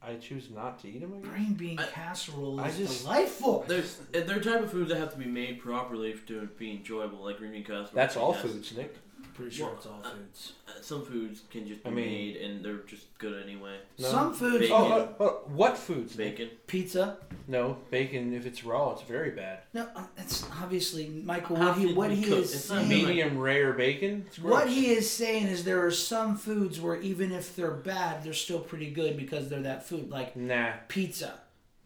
[SPEAKER 2] I choose not to eat them. I guess.
[SPEAKER 1] Green bean
[SPEAKER 4] I-
[SPEAKER 1] casserole
[SPEAKER 2] I
[SPEAKER 1] is
[SPEAKER 2] just-
[SPEAKER 1] delightful.
[SPEAKER 4] There's they're type of foods that have to be made properly to be enjoyable, like green bean casserole.
[SPEAKER 2] That's all
[SPEAKER 4] Yes.
[SPEAKER 2] foods, Nick.
[SPEAKER 1] Pretty
[SPEAKER 4] sure it's
[SPEAKER 1] all foods.
[SPEAKER 4] Uh, Some foods can just be
[SPEAKER 2] I mean-
[SPEAKER 4] made and they're just good anyway.
[SPEAKER 2] No.
[SPEAKER 1] Some foods,
[SPEAKER 2] Oh,
[SPEAKER 4] Bacon. uh,
[SPEAKER 2] oh, oh, what foods? Nick?
[SPEAKER 4] Bacon.
[SPEAKER 1] pizza.
[SPEAKER 2] No, bacon. If it's raw, it's very bad.
[SPEAKER 1] No, uh, it's obviously Michael.
[SPEAKER 4] How
[SPEAKER 1] What he
[SPEAKER 4] did
[SPEAKER 1] what
[SPEAKER 4] we
[SPEAKER 1] he
[SPEAKER 4] cook?
[SPEAKER 1] is
[SPEAKER 4] It's not
[SPEAKER 1] saying,
[SPEAKER 4] meat.
[SPEAKER 2] Medium rare bacon. It's gross.
[SPEAKER 1] what he is saying is there are some foods where even if they're bad, they're still pretty good because they're that food, like
[SPEAKER 2] Nah.
[SPEAKER 1] pizza.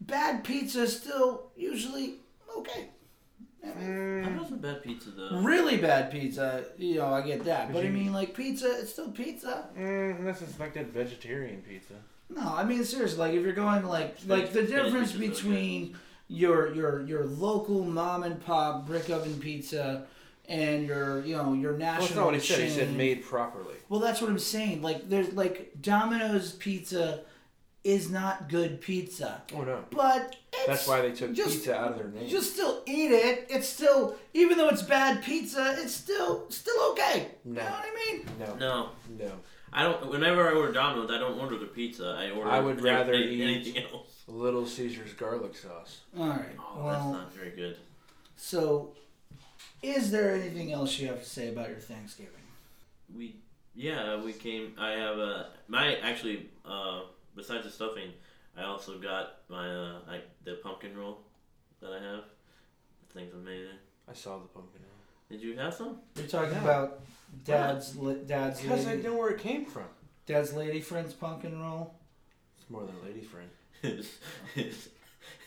[SPEAKER 1] Bad pizza is still usually okay.
[SPEAKER 4] I've
[SPEAKER 2] Mm,
[SPEAKER 4] had some bad pizza though.
[SPEAKER 1] Really bad pizza, you know, I get that. But I
[SPEAKER 2] you-
[SPEAKER 1] mean, like pizza, it's still pizza.
[SPEAKER 2] mm, unless it's like that vegetarian pizza.
[SPEAKER 1] No, I mean seriously. Like if you're going like
[SPEAKER 4] Spinach-
[SPEAKER 1] like the
[SPEAKER 4] spinach
[SPEAKER 1] difference
[SPEAKER 4] pizza's really
[SPEAKER 1] between your your your local mom and pop brick oven pizza and your you know your
[SPEAKER 2] Well,
[SPEAKER 1] national
[SPEAKER 2] that's not what he said. He said
[SPEAKER 1] chain-
[SPEAKER 2] made properly.
[SPEAKER 1] Well, that's what I'm saying. Like there's like Domino's pizza is not good pizza.
[SPEAKER 2] Oh no.
[SPEAKER 1] But it's,
[SPEAKER 2] That's why they took
[SPEAKER 1] just-
[SPEAKER 2] pizza out of their name.
[SPEAKER 1] you just still eat it. It's still even though it's bad pizza, it's still still okay.
[SPEAKER 2] No.
[SPEAKER 1] You know what I mean?
[SPEAKER 2] no,
[SPEAKER 4] No,
[SPEAKER 2] no.
[SPEAKER 4] I don't. Whenever I order Domino's, I don't order the pizza. I order.
[SPEAKER 2] I would rather
[SPEAKER 4] anything,
[SPEAKER 2] eat-
[SPEAKER 4] anything else.
[SPEAKER 2] Little Caesar's garlic sauce.
[SPEAKER 1] All right.
[SPEAKER 4] Oh, that's
[SPEAKER 1] well,
[SPEAKER 4] not very good.
[SPEAKER 1] so is there anything else you have to say about your Thanksgiving?
[SPEAKER 4] We yeah we came. I have a my actually uh, besides the stuffing, I also got my uh, I, the pumpkin roll that I have. I think it's amazing.
[SPEAKER 2] I saw the pumpkin roll.
[SPEAKER 4] Did you have some? (laughs)
[SPEAKER 1] You're talking
[SPEAKER 2] No.
[SPEAKER 1] about dad's li- dad's
[SPEAKER 2] Because I
[SPEAKER 1] lady,
[SPEAKER 2] know where it came from.
[SPEAKER 1] dad's lady friend's pumpkin roll.
[SPEAKER 2] It's more than lady friend.
[SPEAKER 4] his his,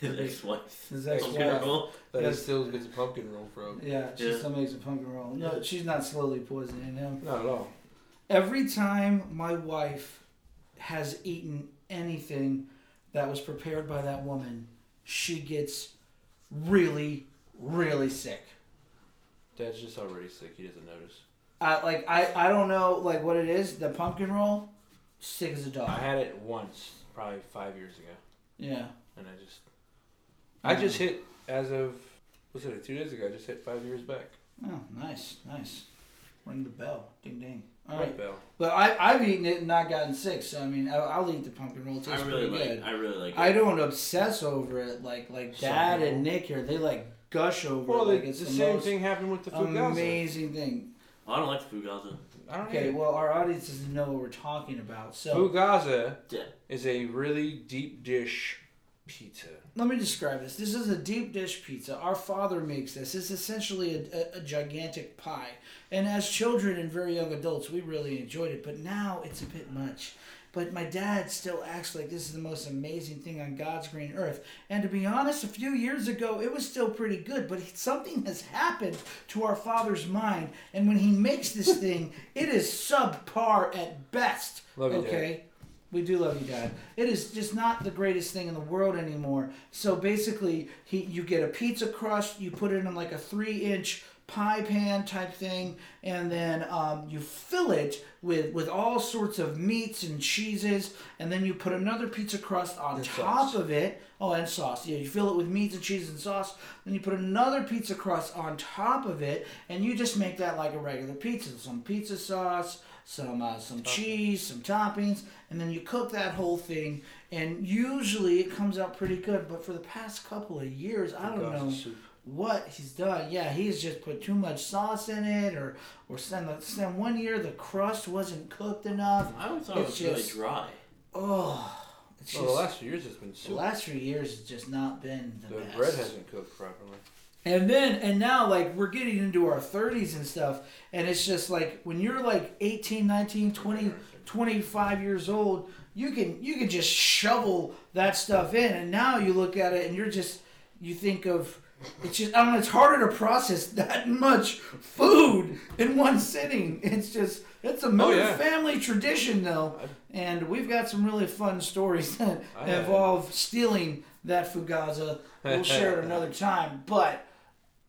[SPEAKER 4] his ex-wife.
[SPEAKER 1] His
[SPEAKER 4] Pumpkin
[SPEAKER 1] ex-wife.
[SPEAKER 4] roll.
[SPEAKER 2] But
[SPEAKER 1] Yes.
[SPEAKER 2] it still gets a pumpkin roll from.
[SPEAKER 1] Yeah, she
[SPEAKER 4] Yeah.
[SPEAKER 1] still makes a pumpkin roll. No, she's not slowly poisoning him.
[SPEAKER 2] Not at all.
[SPEAKER 1] Every time my wife has eaten anything that was prepared by that woman, she gets really, really sick.
[SPEAKER 2] Dad's just already sick. He doesn't notice.
[SPEAKER 1] I like I, I don't know like what it is. The pumpkin roll, sick as a
[SPEAKER 2] I
[SPEAKER 1] dog.
[SPEAKER 2] had it once, probably five years ago,
[SPEAKER 1] Yeah.
[SPEAKER 2] and I just, I just hit as of was it two days ago? I just hit five years back.
[SPEAKER 1] Oh, nice, nice. Ring the bell, ding ding. All
[SPEAKER 2] Right,
[SPEAKER 1] right,
[SPEAKER 2] Bell.
[SPEAKER 1] but I I've eaten it and not gotten sick, so I mean I, I'll eat the pumpkin roll. It
[SPEAKER 4] I
[SPEAKER 1] tastes
[SPEAKER 4] really
[SPEAKER 1] pretty
[SPEAKER 4] like.
[SPEAKER 1] good.
[SPEAKER 4] I really like.
[SPEAKER 1] I
[SPEAKER 4] it.
[SPEAKER 1] don't obsess over it like like
[SPEAKER 2] Some
[SPEAKER 1] Dad
[SPEAKER 2] people.
[SPEAKER 1] and Nick here. They like gush over
[SPEAKER 2] Well,
[SPEAKER 1] it like
[SPEAKER 2] the,
[SPEAKER 1] it's
[SPEAKER 2] the
[SPEAKER 1] the,
[SPEAKER 2] same
[SPEAKER 1] most
[SPEAKER 2] thing happened with the fugazi.
[SPEAKER 1] amazing thing.
[SPEAKER 4] I don't like the fugazi.
[SPEAKER 2] I don't
[SPEAKER 1] Okay,
[SPEAKER 2] know.
[SPEAKER 1] well our audience doesn't know what we're talking about, so
[SPEAKER 2] Fugaza
[SPEAKER 4] Yeah.
[SPEAKER 2] is a really deep dish pizza.
[SPEAKER 1] let me describe this. This is a deep dish pizza. Our father makes this. It's essentially a, a, a gigantic pie. And as children and very young adults, we really enjoyed it, but now it's a bit much. But my dad still acts like this is the most amazing thing on God's green earth. And to be honest, a few years ago, it was still pretty good, but something has happened to our father's mind. And when he makes this thing, it is subpar at best.
[SPEAKER 2] Love you, Dad.
[SPEAKER 1] okay? We do love you, Dad. It is just not the greatest thing in the world anymore. So basically, he you get a pizza crust, you put it in like a three-inch pie pan type thing, and then um, you fill it with with all sorts of meats and cheeses, and then you put another pizza crust on top
[SPEAKER 2] sauce.
[SPEAKER 1] of it. Oh, and sauce. Yeah, you fill it with meats and cheese and sauce, then you put another pizza crust on top of it, and you just make that like a regular pizza. Some pizza sauce, some uh, some cheese, some toppings, and then you cook that whole thing. And usually it comes out pretty good, but for the past couple of years, I don't
[SPEAKER 2] Fugaza
[SPEAKER 1] know
[SPEAKER 2] soup.
[SPEAKER 1] what he's done. Yeah, he's just put too much sauce in it, or or send the send one year the crust wasn't cooked enough.
[SPEAKER 4] I always thought
[SPEAKER 1] It's
[SPEAKER 4] it was
[SPEAKER 1] just-
[SPEAKER 4] really dry.
[SPEAKER 1] Oh, it's
[SPEAKER 2] Well,
[SPEAKER 1] just
[SPEAKER 2] the last few years has been
[SPEAKER 1] the
[SPEAKER 2] soup.
[SPEAKER 1] last few years has just not been the,
[SPEAKER 2] the
[SPEAKER 1] best.
[SPEAKER 2] bread hasn't cooked properly.
[SPEAKER 1] And then and now like we're getting into our 30s and stuff and it's just like when you're like 18, 19, 20, 25 years old, you can you can just shovel that stuff in and now you look at it and you're just you think of it's just I don't know, it's harder to process (laughs) that much food in one sitting. It's just it's a Miller
[SPEAKER 2] Oh, yeah.
[SPEAKER 1] family tradition though. And we've got some really fun stories that
[SPEAKER 2] I had-
[SPEAKER 1] involve stealing that Fugaza. We'll share it another time, but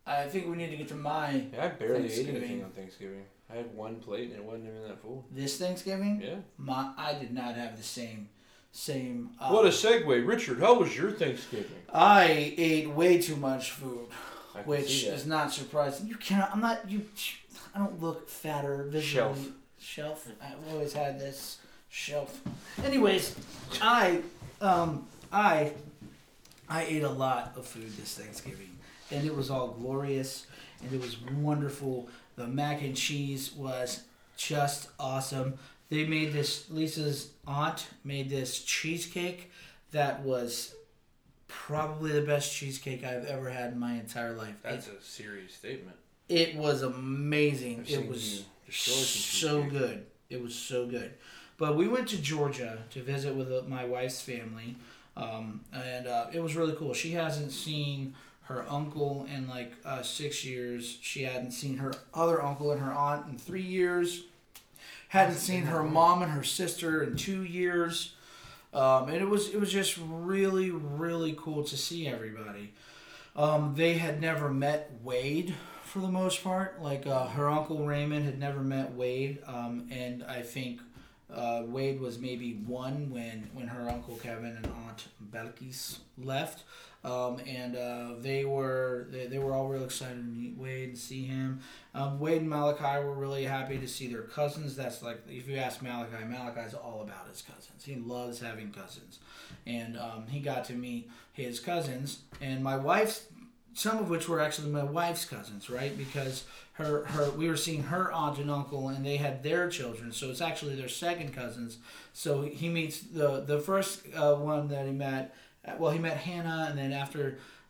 [SPEAKER 1] I think we need to get to my
[SPEAKER 2] Yeah, I barely ate
[SPEAKER 1] Thanksgiving.
[SPEAKER 2] anything on Thanksgiving. I had one plate and it wasn't even that full.
[SPEAKER 1] this Thanksgiving.
[SPEAKER 2] Yeah.
[SPEAKER 1] My I did not have the same same. Uh,
[SPEAKER 2] What a segue, Richard. How was your Thanksgiving?
[SPEAKER 1] I ate way too much food,
[SPEAKER 2] I can
[SPEAKER 1] which
[SPEAKER 2] see that.
[SPEAKER 1] is not surprising. You cannot. I'm not. You. I don't look fatter visually.
[SPEAKER 2] Shelf.
[SPEAKER 1] Shelf. I've always had this shelf. Anyways, I um I I ate a lot of food this Thanksgiving, and it was all glorious, and it was wonderful. The mac and cheese was just awesome. They made this. Lisa's aunt made this cheesecake that was probably the best cheesecake I've ever had in my entire life.
[SPEAKER 2] That's a serious statement.
[SPEAKER 1] It, it was amazing.
[SPEAKER 2] I've
[SPEAKER 1] It
[SPEAKER 2] seen
[SPEAKER 1] was
[SPEAKER 2] you destroy some
[SPEAKER 1] so
[SPEAKER 2] cheesecake.
[SPEAKER 1] good. It was so good. But we went to Georgia to visit with uh, my wife's family, um, and uh, it was really cool. She hasn't seen her uncle in like uh, six years. She hadn't seen her other uncle and her aunt in three years. Hadn't seen her mom and her sister in two years. Um, and it was it was just really really cool to see everybody. Um, they had never met Wade for the most part. Like uh, her uncle Raymond had never met Wade, um, and I think Uh, Wade was maybe one when, when her uncle Kevin and aunt Belkis left, um, and uh, they were they, they were all real excited to meet Wade and see him. Um, Wade and Malachi were really happy to see their cousins. That's like if you ask Malachi, Malachi's all about his cousins. He loves having cousins, and um, he got to meet his cousins and my wife's some of which were actually my wife's cousins, right? Because her, her we were seeing her aunt and uncle, and they had their children, so it's actually their second cousins. So he meets the the first uh, one that he met. uh, Well, he met Hannah, and then after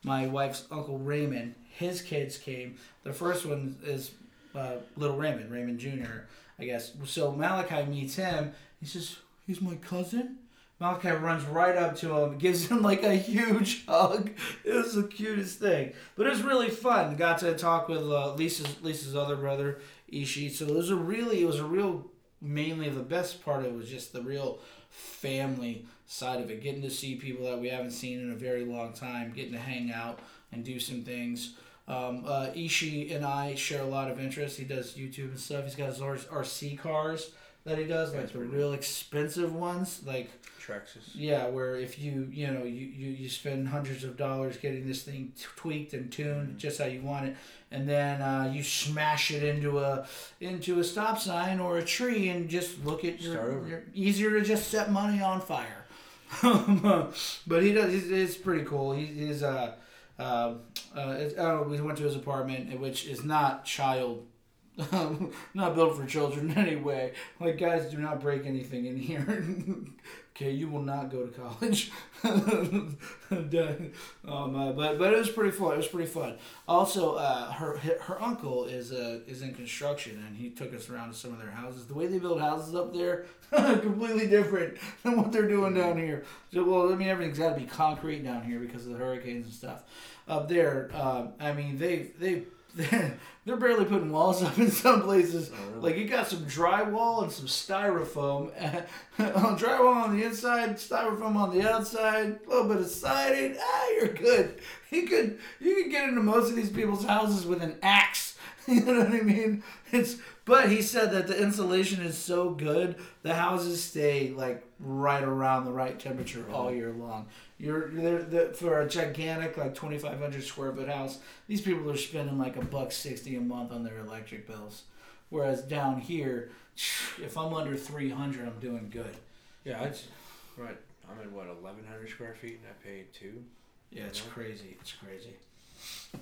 [SPEAKER 1] my wife's uncle Raymond, his kids came. The first one is uh, little Raymond, Raymond Jr. I guess. So Malachi meets him. He says, "He's my cousin." Malachi runs right up to him, gives him like a huge (laughs) hug. It was the cutest thing, but it was really fun. Got to talk with uh, Lisa's Lisa's other brother Ishi. So it was a really, it was a real. Mainly the best part of it was just the real family side of it. Getting to see people that we haven't seen in a very long time. Getting to hang out and do some things. Um, uh, Ishi and I share a lot of interests. He does YouTube and stuff. He's got his R- RC cars that he does, like
[SPEAKER 2] That's
[SPEAKER 1] the
[SPEAKER 2] pretty
[SPEAKER 1] real expensive ones, like
[SPEAKER 2] Traxxas.
[SPEAKER 1] yeah, where if you you know you, you, you spend hundreds of dollars getting this thing t- tweaked and tuned
[SPEAKER 2] Mm-hmm.
[SPEAKER 1] just how you want it, and then uh, you smash it into a into a stop sign or a tree and just look at your,
[SPEAKER 2] Start over.
[SPEAKER 1] your easier to just set money on fire. (laughs) but he does. It's, it's pretty cool. He is uh, uh, uh, it's, I don't know, we went to his apartment, which is not child. Um, (laughs) not built for children (laughs) anyway. Like guys, do not break anything in here. (laughs) okay, you will not go to college. (laughs) um, uh, but but it was pretty fun. It was pretty fun. Also, uh, her her uncle is uh, is in construction, and he took us around to some of their houses. The way they build houses up there, (laughs) completely different than what they're doing down here. So, well, I mean, everything's got to be concrete down here because of the hurricanes and stuff. Up there, um, I mean, they they. (laughs) They're barely putting walls up in some places.
[SPEAKER 2] Oh, really?
[SPEAKER 1] Like you got some drywall and some styrofoam, (laughs) on drywall on the inside, styrofoam on the outside, a little bit of siding. Ah, you're good. (laughs) You could you could get into most of these people's houses with an axe. (laughs) You know what I mean? It's but he said that the insulation is so good, the houses stay like right around the right temperature all year long. You're they're, they for a gigantic like 2,500 square foot house. These people are spending like a buck sixty a month on their electric bills, whereas down here, (sniffs) if I'm under 300, I'm doing good.
[SPEAKER 2] Yeah, I'd, s- right. I'm at what 1,100 square feet, and I paid two.
[SPEAKER 1] Yeah, it's
[SPEAKER 2] Yeah.
[SPEAKER 1] crazy. It's crazy.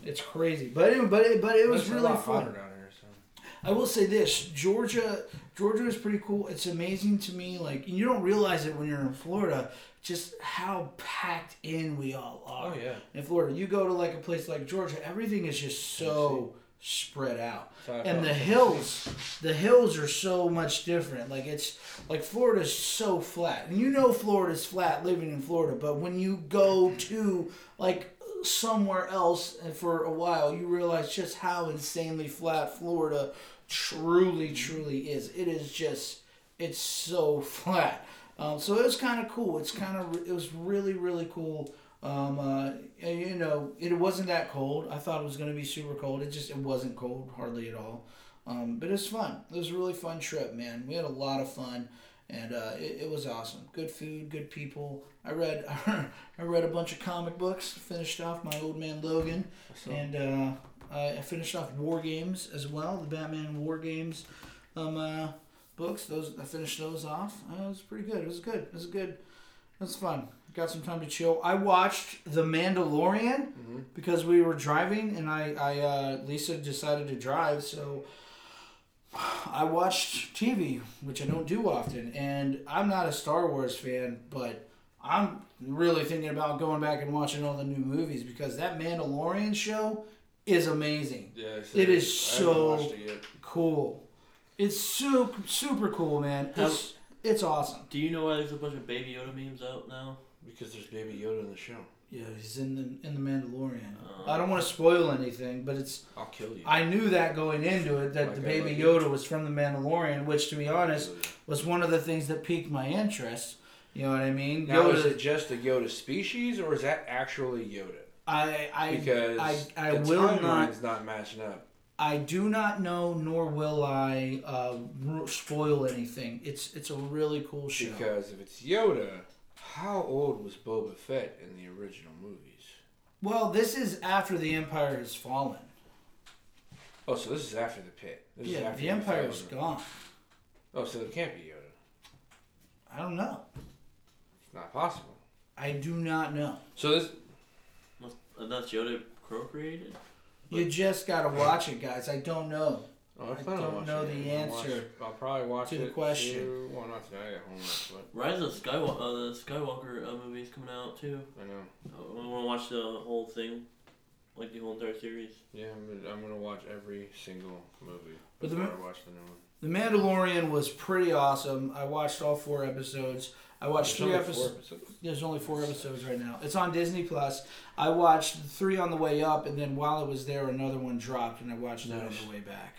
[SPEAKER 1] It's crazy, but it, but it, but it was
[SPEAKER 2] It's a
[SPEAKER 1] really
[SPEAKER 2] lot hotter
[SPEAKER 1] fun.
[SPEAKER 2] down here. So.
[SPEAKER 1] I will say this: Georgia, Georgia is pretty cool. It's amazing to me. Like you don't realize it when you're in Florida, just how packed in we all are.
[SPEAKER 2] Oh yeah.
[SPEAKER 1] In Florida, you go to like a place like Georgia, everything is just so spread out.
[SPEAKER 2] So I
[SPEAKER 1] and
[SPEAKER 2] felt-
[SPEAKER 1] the hills the hills are so much different like it's like florida's so flat and you know florida's flat living in florida but when you go to like somewhere else and for a while you realize just how insanely flat florida truly truly is it is just it's so flat um, so it was kind of cool it's kind of it was really really cool um, uh, and, you know, it wasn't that cold. I thought it was going to be super cold. It just it wasn't cold hardly at all. Um, but it was fun. It was a really fun trip, man. We had a lot of fun, and uh, it, it was awesome. Good food, good people. I read (laughs) I read a bunch of comic books. Finished off my old man Logan,
[SPEAKER 2] So-
[SPEAKER 1] and uh, I I finished off War Games as well. The Batman War Games um, uh, books. Those I finished those off. Uh, it was pretty good. It was good. It was good. It was fun. Got some time to chill. I watched The Mandalorian
[SPEAKER 2] Mhm.
[SPEAKER 1] because we were driving and I, I uh, Lisa decided to drive, so (sighs) I watched TV, which I don't do often, and I'm not a Star Wars fan, but I'm really thinking about going back and watching all the new movies because that Mandalorian show is amazing.
[SPEAKER 2] Yeah, so
[SPEAKER 1] It is
[SPEAKER 2] I haven't
[SPEAKER 1] so-
[SPEAKER 2] watched it yet.
[SPEAKER 1] Cool. It's super super cool, man. It's it's awesome.
[SPEAKER 4] Do you know why there's a bunch of Baby Yoda memes out now?
[SPEAKER 2] Because there's Baby Yoda in the show.
[SPEAKER 1] Yeah, he's in the in the Mandalorian.
[SPEAKER 2] Uh-huh.
[SPEAKER 4] Oh.
[SPEAKER 1] I don't want to spoil anything, but it's
[SPEAKER 2] I'll kill you.
[SPEAKER 1] I knew that going into it that
[SPEAKER 2] Like
[SPEAKER 1] the
[SPEAKER 2] I
[SPEAKER 1] baby
[SPEAKER 2] love
[SPEAKER 1] Yoda was from the Mandalorian, which to be honest was one of the things that piqued my interest. You know what I mean?
[SPEAKER 2] Now, is
[SPEAKER 1] Yoda,
[SPEAKER 2] it just the Yoda species, or is that actually Yoda?
[SPEAKER 1] I I
[SPEAKER 2] Because
[SPEAKER 1] I, I
[SPEAKER 2] the
[SPEAKER 1] will not
[SPEAKER 2] timeline's not matching up.
[SPEAKER 1] I do not know, nor will I uh, ru- spoil anything. It's it's a really cool show.
[SPEAKER 2] Because if it's Yoda, how old was Boba Fett in the original movies?
[SPEAKER 1] Well, this is after the Empire has fallen.
[SPEAKER 2] Oh, so this is after the pit. This is
[SPEAKER 1] yeah,
[SPEAKER 2] after
[SPEAKER 1] the Empire
[SPEAKER 2] failed.
[SPEAKER 1] is gone.
[SPEAKER 2] Oh, so there can't be Yoda.
[SPEAKER 1] I don't know.
[SPEAKER 2] It's not possible.
[SPEAKER 1] I do not know.
[SPEAKER 2] So this
[SPEAKER 4] And that's Yoda procreated?
[SPEAKER 1] You just gotta watch it, guys. I don't know.
[SPEAKER 2] Oh, I,
[SPEAKER 1] I
[SPEAKER 2] plan on
[SPEAKER 1] don't
[SPEAKER 2] watching
[SPEAKER 1] know
[SPEAKER 2] it.
[SPEAKER 1] the
[SPEAKER 2] I'll watch-
[SPEAKER 1] answer
[SPEAKER 2] I'll probably watch
[SPEAKER 1] to the
[SPEAKER 2] it
[SPEAKER 1] question.
[SPEAKER 2] too. Well, not tonight. I got homework,
[SPEAKER 4] Rise of Skywalker, uh, the Skywalker uh, movie's coming out too.
[SPEAKER 2] but I know.
[SPEAKER 4] I want to watch the whole thing, like the whole entire series.
[SPEAKER 2] Yeah, I'm gonna, I'm gonna watch every single movie
[SPEAKER 1] But the
[SPEAKER 2] before
[SPEAKER 1] mo-
[SPEAKER 2] I watch the new one.
[SPEAKER 1] The Mandalorian was pretty awesome. I watched all four episodes. I watched three
[SPEAKER 2] There's only four
[SPEAKER 1] episodes.
[SPEAKER 2] episodes.
[SPEAKER 1] There's only four episodes right now. It's on Disney Plus. I watched three on the way up, and then while it was there, another one dropped, and I watched that
[SPEAKER 2] Nice.
[SPEAKER 1] on the way back.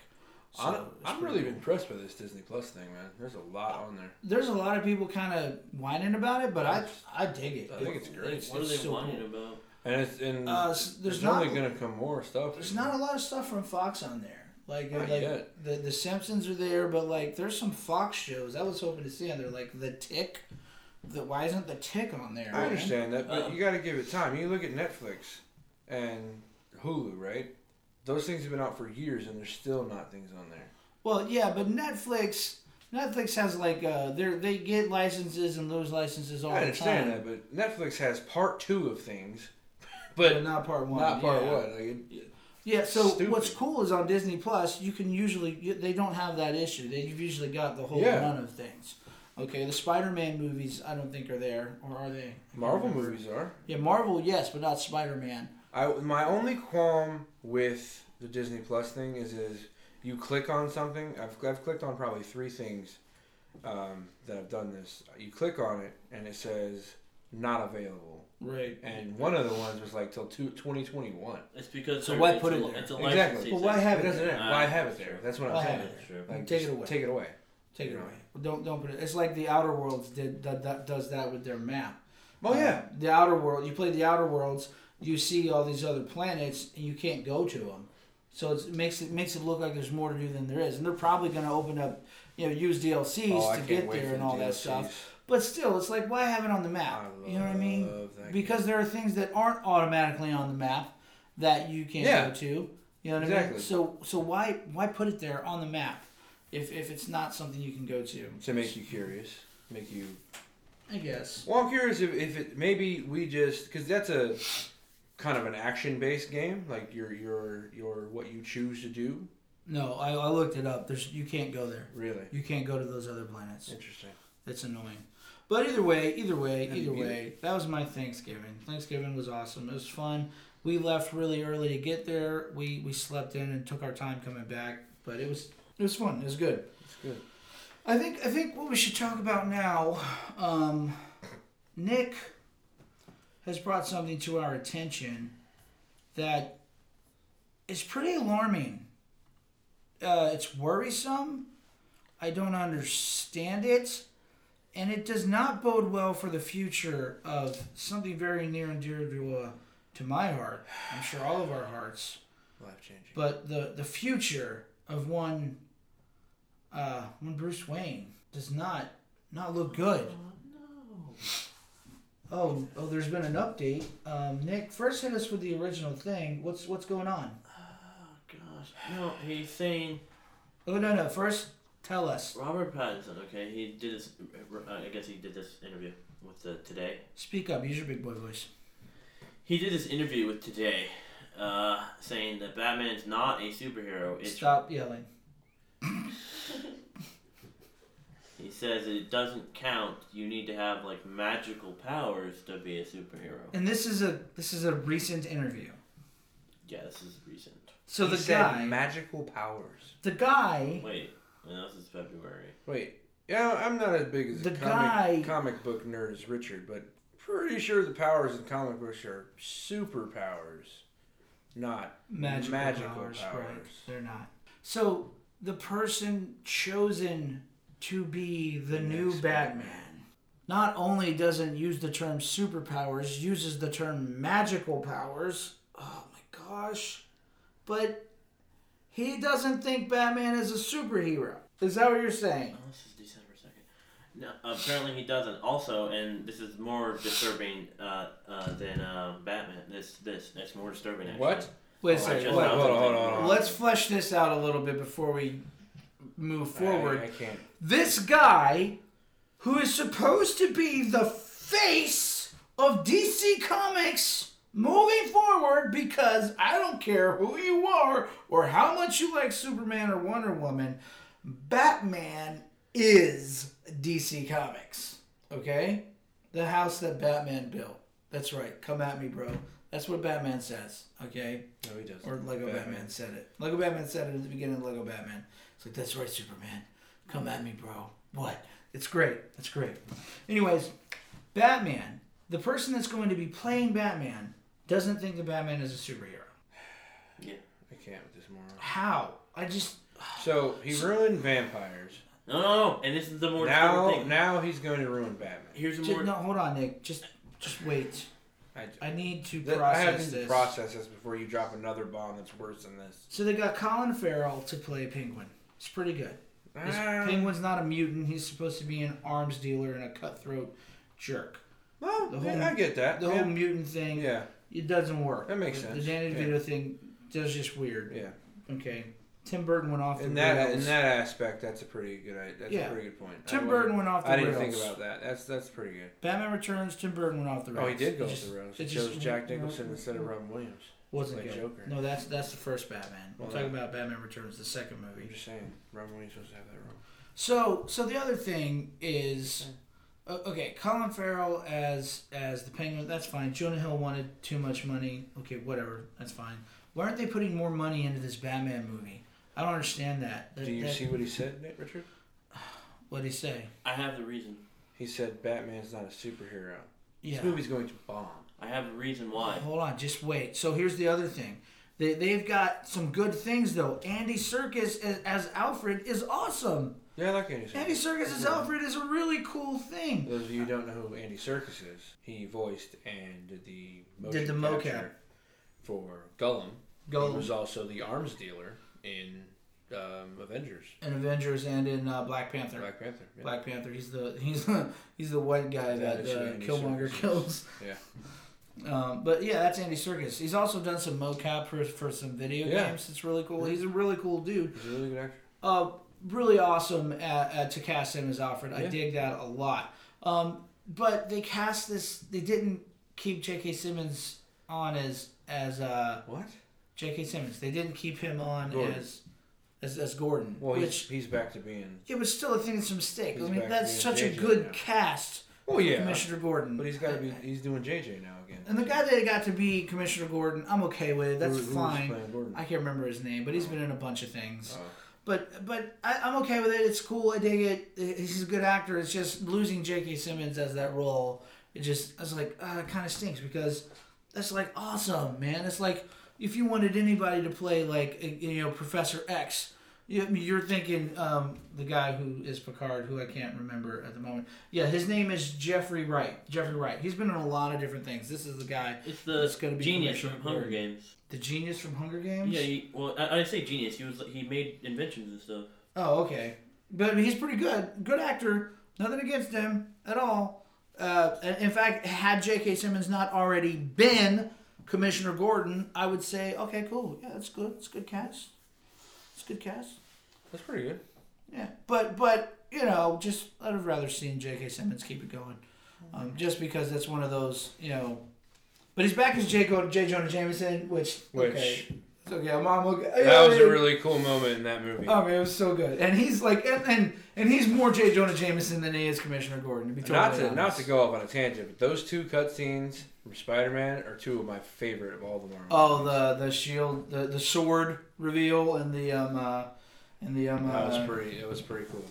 [SPEAKER 1] So,
[SPEAKER 2] I'm,
[SPEAKER 1] it's
[SPEAKER 2] I'm
[SPEAKER 1] pretty
[SPEAKER 2] really
[SPEAKER 1] cool.
[SPEAKER 2] impressed by this Disney Plus thing, man. There's a lot on there.
[SPEAKER 1] There's a lot of people kind of whining about it, but I I dig it.
[SPEAKER 2] I think it's great.
[SPEAKER 4] What are
[SPEAKER 1] it's
[SPEAKER 4] they
[SPEAKER 1] so
[SPEAKER 4] whining
[SPEAKER 1] cool.
[SPEAKER 4] about?
[SPEAKER 2] And it's and
[SPEAKER 1] Uh, s-
[SPEAKER 2] there's,
[SPEAKER 1] there's not
[SPEAKER 2] only gonna come more stuff.
[SPEAKER 1] there's not a lot of stuff from Fox on there. Like,
[SPEAKER 2] Not
[SPEAKER 1] like
[SPEAKER 2] yet.
[SPEAKER 1] the the Simpsons are there, but like there's some Fox shows I was hoping to see on there, like The Tick. The, why isn't The Tick on there?
[SPEAKER 2] I
[SPEAKER 1] man?
[SPEAKER 2] understand that, but
[SPEAKER 4] Uh,
[SPEAKER 2] you got to give it time. You look at Netflix and Hulu, right? Those things have been out for years, and there's still not things on there.
[SPEAKER 1] Well, yeah, but Netflix Netflix has like uh they they get licenses and lose licenses all
[SPEAKER 2] I
[SPEAKER 1] the time.
[SPEAKER 2] understand that, but Netflix has part two of things,
[SPEAKER 1] but,
[SPEAKER 2] but
[SPEAKER 1] not part one.
[SPEAKER 2] not part
[SPEAKER 1] yeah.
[SPEAKER 2] one. Like, it-
[SPEAKER 1] Yeah. So
[SPEAKER 2] Stupid.
[SPEAKER 1] what's cool is on Disney Plus, you can usually you, they don't have that issue. They you've usually got the whole
[SPEAKER 2] Yeah.
[SPEAKER 1] run of things. Okay, the Spider-Man movies I don't think are there, or are they? I can't
[SPEAKER 2] Marvel
[SPEAKER 1] remember.
[SPEAKER 2] movies are.
[SPEAKER 1] Yeah, Marvel, yes, but not Spider-Man.
[SPEAKER 2] I my only qualm with the Disney Plus thing is is you click on something. I've I've clicked on probably three things um, that have done this. You click on it, and it says not available.
[SPEAKER 1] Right.
[SPEAKER 2] and one of the ones was like till two, 2021.
[SPEAKER 4] It's because
[SPEAKER 1] So
[SPEAKER 4] they're-
[SPEAKER 1] why
[SPEAKER 4] it's
[SPEAKER 1] put
[SPEAKER 4] a,
[SPEAKER 1] it
[SPEAKER 4] li-
[SPEAKER 1] there?
[SPEAKER 4] It's a
[SPEAKER 2] Exactly.
[SPEAKER 4] licensing
[SPEAKER 1] But why
[SPEAKER 4] thing.
[SPEAKER 1] have
[SPEAKER 2] It doesn't end.
[SPEAKER 4] Ah,
[SPEAKER 2] Why have it
[SPEAKER 4] that's
[SPEAKER 2] there?
[SPEAKER 4] true.
[SPEAKER 2] That's what
[SPEAKER 1] Why
[SPEAKER 2] I'm
[SPEAKER 1] have
[SPEAKER 2] saying.
[SPEAKER 1] it
[SPEAKER 4] That's true.
[SPEAKER 2] Like,
[SPEAKER 1] Take
[SPEAKER 2] just
[SPEAKER 1] it away.
[SPEAKER 2] Take it away.
[SPEAKER 1] Take it
[SPEAKER 2] Yeah.
[SPEAKER 1] away. Don't don't put it. It's like the Outer Worlds did that, that does that with their map.
[SPEAKER 2] Oh
[SPEAKER 1] Uh,
[SPEAKER 2] yeah.
[SPEAKER 1] the outer world. You play the outer worlds. You see all these other planets, and you can't go to them. So it's, it makes it makes it look like there's more to do than there is, and they're probably going to open up, you know, use DLCs
[SPEAKER 2] Oh, I
[SPEAKER 1] to
[SPEAKER 2] can't
[SPEAKER 1] get
[SPEAKER 2] wait
[SPEAKER 1] there
[SPEAKER 2] for
[SPEAKER 1] and
[SPEAKER 2] the
[SPEAKER 1] all that
[SPEAKER 2] DLCs.
[SPEAKER 1] stuff. But still, it's like why have it on the map?
[SPEAKER 2] I
[SPEAKER 1] you know what I mean?
[SPEAKER 2] love that
[SPEAKER 1] Because there are things that aren't automatically on the map that you can't
[SPEAKER 2] Yeah.
[SPEAKER 1] go to. You know what I mean?
[SPEAKER 2] Exactly.
[SPEAKER 1] So so why why put it there on the map if if it's not something you can go to?
[SPEAKER 2] to make you curious, make you.
[SPEAKER 1] I guess.
[SPEAKER 2] Well, I'm curious if, if it maybe we just because that's a kind of an action based game. Like your your your what you choose to do.
[SPEAKER 1] No, I, I looked it up. There's you can't go there.
[SPEAKER 2] Really
[SPEAKER 1] You can't go to those other planets.
[SPEAKER 2] interesting.
[SPEAKER 1] That's annoying. But either way, either way,
[SPEAKER 2] That'd
[SPEAKER 1] either
[SPEAKER 2] be
[SPEAKER 1] way, that was my Thanksgiving. Thanksgiving was awesome. It was fun. We left really early to get there. We we slept in and took our time coming back, but it was it was fun. It was good.
[SPEAKER 2] It's good.
[SPEAKER 1] I think I think what we should talk about now, um, Nick has brought something to our attention that is pretty alarming. Uh, it's worrisome. I don't understand it, and it does not bode well for the future of something very near and dear to uh, to my heart. I'm sure all of our hearts
[SPEAKER 2] Life changing.
[SPEAKER 1] but the the future of one uh one Bruce Wayne does not not look good. Oh, oh, there's been an update. Um, Nick, first hit us with the original thing. What's what's going on?
[SPEAKER 4] Oh, gosh. No, he's saying
[SPEAKER 1] Oh no no, first tell us.
[SPEAKER 4] Robert Pattinson. Okay, he did this. uh, I guess he did this interview with the Today.
[SPEAKER 1] Speak up, use your big boy voice.
[SPEAKER 4] He did this interview with Today, uh, saying that Batman's not a superhero. It's
[SPEAKER 1] Stop yelling.
[SPEAKER 4] He says it doesn't count. You need to have like magical powers to be a superhero.
[SPEAKER 1] And this is a this is a recent interview.
[SPEAKER 4] Yeah, this is recent.
[SPEAKER 1] So
[SPEAKER 2] He
[SPEAKER 1] the
[SPEAKER 2] said
[SPEAKER 1] guy
[SPEAKER 2] magical powers.
[SPEAKER 1] the guy
[SPEAKER 4] Wait, and this is February.
[SPEAKER 2] Wait, yeah, I'm not as big as
[SPEAKER 1] The
[SPEAKER 2] a comic,
[SPEAKER 1] guy-
[SPEAKER 2] comic book nerd as Richard, but pretty sure the powers in comic books are superpowers, not
[SPEAKER 1] magical,
[SPEAKER 2] magical
[SPEAKER 1] powers, Right.
[SPEAKER 2] powers.
[SPEAKER 1] They're not. So the person chosen to be the, new
[SPEAKER 2] next
[SPEAKER 1] Batman.
[SPEAKER 2] Batman.
[SPEAKER 1] not only doesn't use the term superpowers, uses the term magical powers. Oh my gosh. But He doesn't think Batman is a superhero. Is that what you're saying?
[SPEAKER 4] Oh, this is December second. No, apparently he doesn't. Also, and this is more disturbing uh, uh, than uh, Batman. This this that's more disturbing. Actually.
[SPEAKER 2] What?
[SPEAKER 1] Wait a
[SPEAKER 4] Oh, I
[SPEAKER 1] second.
[SPEAKER 4] just
[SPEAKER 1] wait.
[SPEAKER 4] found
[SPEAKER 2] Hold on,
[SPEAKER 4] something.
[SPEAKER 2] hold on, hold on.
[SPEAKER 1] Let's flesh this out a little bit before we move forward.
[SPEAKER 2] I, I can't.
[SPEAKER 1] This guy, who is supposed to be the face of DC Comics moving forward, because I don't care who you are or how much you like Superman or Wonder Woman, Batman is DC Comics. Okay? The house that Batman built. That's right. Come at me, bro. That's what Batman says. Okay?
[SPEAKER 2] No, he doesn't.
[SPEAKER 1] Or Lego Batman. said it. Lego Batman said it at the beginning of Lego Batman. It's like, that's right, Superman. Come at me, bro. What? It's great. It's great. Anyways, Batman, the person that's going to be playing Batman, doesn't think that Batman is a superhero.
[SPEAKER 2] I can't with this moron.
[SPEAKER 1] How? I just.
[SPEAKER 2] So he ruined vampires.
[SPEAKER 4] No, no, no. And this is the more disturbing
[SPEAKER 2] Now,
[SPEAKER 4] thing.
[SPEAKER 2] now he's going to ruin Batman.
[SPEAKER 4] Here's the
[SPEAKER 1] just
[SPEAKER 4] more.
[SPEAKER 1] no, hold on, Nick. Just, just wait.
[SPEAKER 2] I,
[SPEAKER 1] I need to
[SPEAKER 2] That- I
[SPEAKER 1] process
[SPEAKER 2] have to
[SPEAKER 1] this.
[SPEAKER 2] process this before you drop another bomb that's worse than this.
[SPEAKER 1] So they got Colin Farrell to play Penguin. It's pretty good. This
[SPEAKER 2] Ah,
[SPEAKER 1] Penguin's not a mutant. He's supposed to be an arms dealer and a cutthroat jerk.
[SPEAKER 2] well,
[SPEAKER 1] the
[SPEAKER 2] yeah,
[SPEAKER 1] whole-
[SPEAKER 2] I get that.
[SPEAKER 1] The
[SPEAKER 2] yeah.
[SPEAKER 1] whole mutant thing.
[SPEAKER 2] yeah,
[SPEAKER 1] It doesn't work.
[SPEAKER 2] That makes
[SPEAKER 1] the,
[SPEAKER 2] sense.
[SPEAKER 1] The Danny
[SPEAKER 2] Yeah.
[SPEAKER 1] DeVito thing does just weird.
[SPEAKER 2] yeah.
[SPEAKER 1] Okay. Tim Burton went off the
[SPEAKER 2] In that
[SPEAKER 1] rails.
[SPEAKER 2] in that aspect, that's a pretty good. i- That's
[SPEAKER 1] Yeah.
[SPEAKER 2] a pretty good point. I
[SPEAKER 1] Tim
[SPEAKER 2] wasn't-
[SPEAKER 1] Burton went off the
[SPEAKER 2] I didn't
[SPEAKER 1] rails.
[SPEAKER 2] think about that. That's that's pretty good.
[SPEAKER 1] Batman Returns. Tim Burton went off the rails.
[SPEAKER 2] Oh, he did go
[SPEAKER 1] It
[SPEAKER 2] off
[SPEAKER 1] just
[SPEAKER 2] the rails.
[SPEAKER 1] it
[SPEAKER 2] He chose
[SPEAKER 1] just-
[SPEAKER 2] Jack Nicholson instead of Robin Williams.
[SPEAKER 1] Wasn't
[SPEAKER 2] like
[SPEAKER 1] good.
[SPEAKER 2] Joker.
[SPEAKER 1] No, that's that's the first Batman.
[SPEAKER 2] Well,
[SPEAKER 1] I'm talking
[SPEAKER 2] yeah.
[SPEAKER 1] about Batman Returns, the second
[SPEAKER 2] I'm
[SPEAKER 1] movie.
[SPEAKER 2] just saying, Robin Williams supposed to have that role.
[SPEAKER 1] So so the other thing is. o- Okay, Colin Farrell as as the Penguin. That's fine. Jonah Hill wanted too much money. Okay, whatever. That's fine. Why aren't they putting more money into this Batman movie? I don't understand that. That-
[SPEAKER 2] Do you
[SPEAKER 1] that-
[SPEAKER 2] see what he said, Nick Richard?
[SPEAKER 1] What'd he say?
[SPEAKER 4] I have the reason.
[SPEAKER 2] He said Batman's not a superhero.
[SPEAKER 1] Yeah.
[SPEAKER 2] This movie's going to bomb.
[SPEAKER 4] I have the reason why.
[SPEAKER 1] Hold on, just wait. So here's the other thing. They, they've got some good things though. Andy Circus as, as Alfred is awesome.
[SPEAKER 2] Yeah, I like Andy.
[SPEAKER 1] Andy
[SPEAKER 2] Serkis.
[SPEAKER 1] Circus as Alfred is a really cool thing.
[SPEAKER 2] Those of you who don't know who Andy Serkis is, he voiced and did the
[SPEAKER 1] Did the mocap.
[SPEAKER 2] capture for Gollum. He
[SPEAKER 1] Go
[SPEAKER 2] was also the arms dealer in um, Avengers,
[SPEAKER 1] in Avengers and in uh, Black Panther.
[SPEAKER 2] Black Panther. yeah.
[SPEAKER 1] Black Panther. He's the (laughs) he's the, he's the white guy
[SPEAKER 2] That
[SPEAKER 1] that,
[SPEAKER 2] is who
[SPEAKER 1] uh,
[SPEAKER 2] Andy
[SPEAKER 1] Killmonger
[SPEAKER 2] Serkis is.
[SPEAKER 1] kills.
[SPEAKER 2] Yeah.
[SPEAKER 1] (laughs) Um, but yeah, that's Andy Circus. He's also done some mocap for, for some video
[SPEAKER 2] Yeah.
[SPEAKER 1] games. It's really cool. He's a really cool dude.
[SPEAKER 2] He's a really good actor.
[SPEAKER 1] uh, really awesome at, at, to cast him as Alfred. I
[SPEAKER 2] Yeah.
[SPEAKER 1] dig that a lot. Um, but they cast this. They didn't keep J.K. Simmons on as as uh,
[SPEAKER 2] What?
[SPEAKER 1] J.K. Simmons. They didn't keep him on
[SPEAKER 2] Gordon.
[SPEAKER 1] as as as Gordon.
[SPEAKER 2] Well, he's,
[SPEAKER 1] which
[SPEAKER 2] he's back to being.
[SPEAKER 1] it was still a thing that's a mistake. I
[SPEAKER 2] He's
[SPEAKER 1] mean,
[SPEAKER 2] back
[SPEAKER 1] that's
[SPEAKER 2] being
[SPEAKER 1] such a
[SPEAKER 2] JJ
[SPEAKER 1] good
[SPEAKER 2] now.
[SPEAKER 1] cast.
[SPEAKER 2] Well, yeah.
[SPEAKER 1] Commissioner Gordon.
[SPEAKER 2] But he's got to be. He's doing JJ now again.
[SPEAKER 1] And the guy that got to be Commissioner Gordon, I'm okay with. That's
[SPEAKER 2] Who- who was
[SPEAKER 1] fine.
[SPEAKER 2] playing Gordon?
[SPEAKER 1] I can't remember his name, but he's been in a bunch of things.
[SPEAKER 2] Oh.
[SPEAKER 1] But but I, I'm okay with it. It's cool. I dig it. He's a good actor. It's just losing J.K. Simmons as that role. It just I was like uh, it kind of stinks because that's like awesome, man. It's like if you wanted anybody to play like uh, you know Professor X. You, I mean, you're thinking um, the guy who is Picard, who I can't remember at the moment. Yeah, his name is Jeffrey Wright. Jeffrey Wright. He's been in a lot of different things. This is the guy,
[SPEAKER 4] It's the
[SPEAKER 1] It's gonna be
[SPEAKER 4] genius
[SPEAKER 1] Commissioner
[SPEAKER 4] from Hunger
[SPEAKER 1] Gordon.
[SPEAKER 4] Games.
[SPEAKER 1] the genius from Hunger Games.
[SPEAKER 4] Yeah, he, well, I, I say genius. He was he made inventions
[SPEAKER 1] (laughs)
[SPEAKER 4] and stuff.
[SPEAKER 1] Oh, okay. But I mean, he's pretty good. Good actor. Nothing against him at all. Uh, and in fact, had J.K. Simmons not already been Commissioner Gordon, I would say, okay, cool. Yeah, that's good. It's a good cast. It's a good cast.
[SPEAKER 2] That's pretty good.
[SPEAKER 1] Yeah. But, but you know, just I'd have rather seen J.K. Simmons keep it going. Um, just because that's one of those, you know. But he's back as J. Go- J. Jonah Jameson, which,
[SPEAKER 2] Which
[SPEAKER 1] okay. It's okay. I'm, I'm okay.
[SPEAKER 2] that
[SPEAKER 1] Oh,
[SPEAKER 2] was
[SPEAKER 1] Yeah,
[SPEAKER 2] a really cool moment in that movie.
[SPEAKER 1] Oh man, it was so good. And he's like, and and, and he's more J. Jonah Jameson than he is Commissioner Gordon. To be totally
[SPEAKER 2] not to not
[SPEAKER 1] honest.
[SPEAKER 2] to go off on a tangent, but those two cutscenes from Spider Man are two of my favorite of all the Marvel.
[SPEAKER 1] Oh,
[SPEAKER 2] movies.
[SPEAKER 1] the the shield, the the sword reveal, and the um, uh, and the um,
[SPEAKER 2] that was
[SPEAKER 1] uh,
[SPEAKER 2] pretty. It was pretty cool.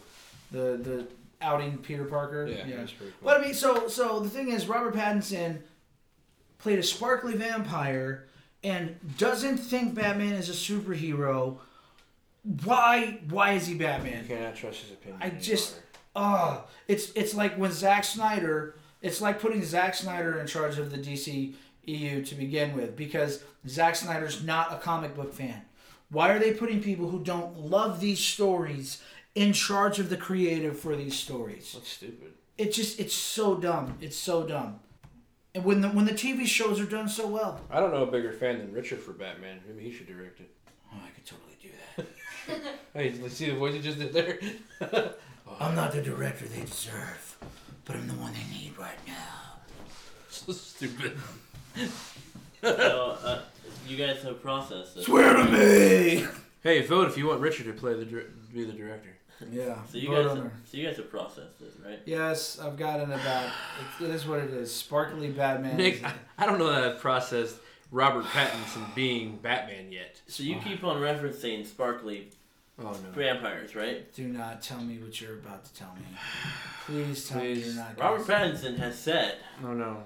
[SPEAKER 1] the the outing Peter Parker.
[SPEAKER 2] Yeah, it was pretty cool.
[SPEAKER 1] But I mean, so so the thing is, Robert Pattinson played a sparkly vampire and doesn't think Batman is a superhero. Why why is he Batman?
[SPEAKER 2] you cannot trust his opinion.
[SPEAKER 1] I
[SPEAKER 2] any
[SPEAKER 1] just-
[SPEAKER 2] longer.
[SPEAKER 1] Oh, it's it's like when Zack Snyder. It's like putting Zack Snyder in charge E of the DC EU to begin with, because Zack Snyder's not a comic book fan. Why are they putting people who don't love these stories in charge of the creative for these stories?
[SPEAKER 2] That's stupid.
[SPEAKER 1] It just it's so dumb. It's so dumb. And when the when the TV shows are done so well,
[SPEAKER 2] I don't know a bigger fan than Richard for Batman. Maybe he should direct it.
[SPEAKER 1] oh, I could totally do that.
[SPEAKER 2] Hey, let's see the voice he just did there. (laughs)
[SPEAKER 1] I'm not the director they deserve, but I'm the one they need right now.
[SPEAKER 2] so stupid.
[SPEAKER 4] so, uh, you guys have processed it.
[SPEAKER 1] Swear to me.
[SPEAKER 2] Hey, vote if you want Richard to play the dir- be the director.
[SPEAKER 1] (laughs) Yeah.
[SPEAKER 4] So you
[SPEAKER 1] vote
[SPEAKER 4] guys,
[SPEAKER 1] on
[SPEAKER 4] have,
[SPEAKER 1] her.
[SPEAKER 4] so you guys have processed it, right?
[SPEAKER 1] Yes, I've gotten about. It, it is what it is. Sparkly Batman.
[SPEAKER 2] Nick,
[SPEAKER 1] is-
[SPEAKER 2] I, I don't know that I've processed Robert Pattinson being Batman yet.
[SPEAKER 4] So you keep on referencing sparkly
[SPEAKER 2] Oh no.
[SPEAKER 4] vampires, right?
[SPEAKER 1] Do not tell me what you're about to tell me. Please tell me you're
[SPEAKER 2] Please.
[SPEAKER 1] not. gonna-
[SPEAKER 4] Robert Pattinson has said
[SPEAKER 2] Oh no.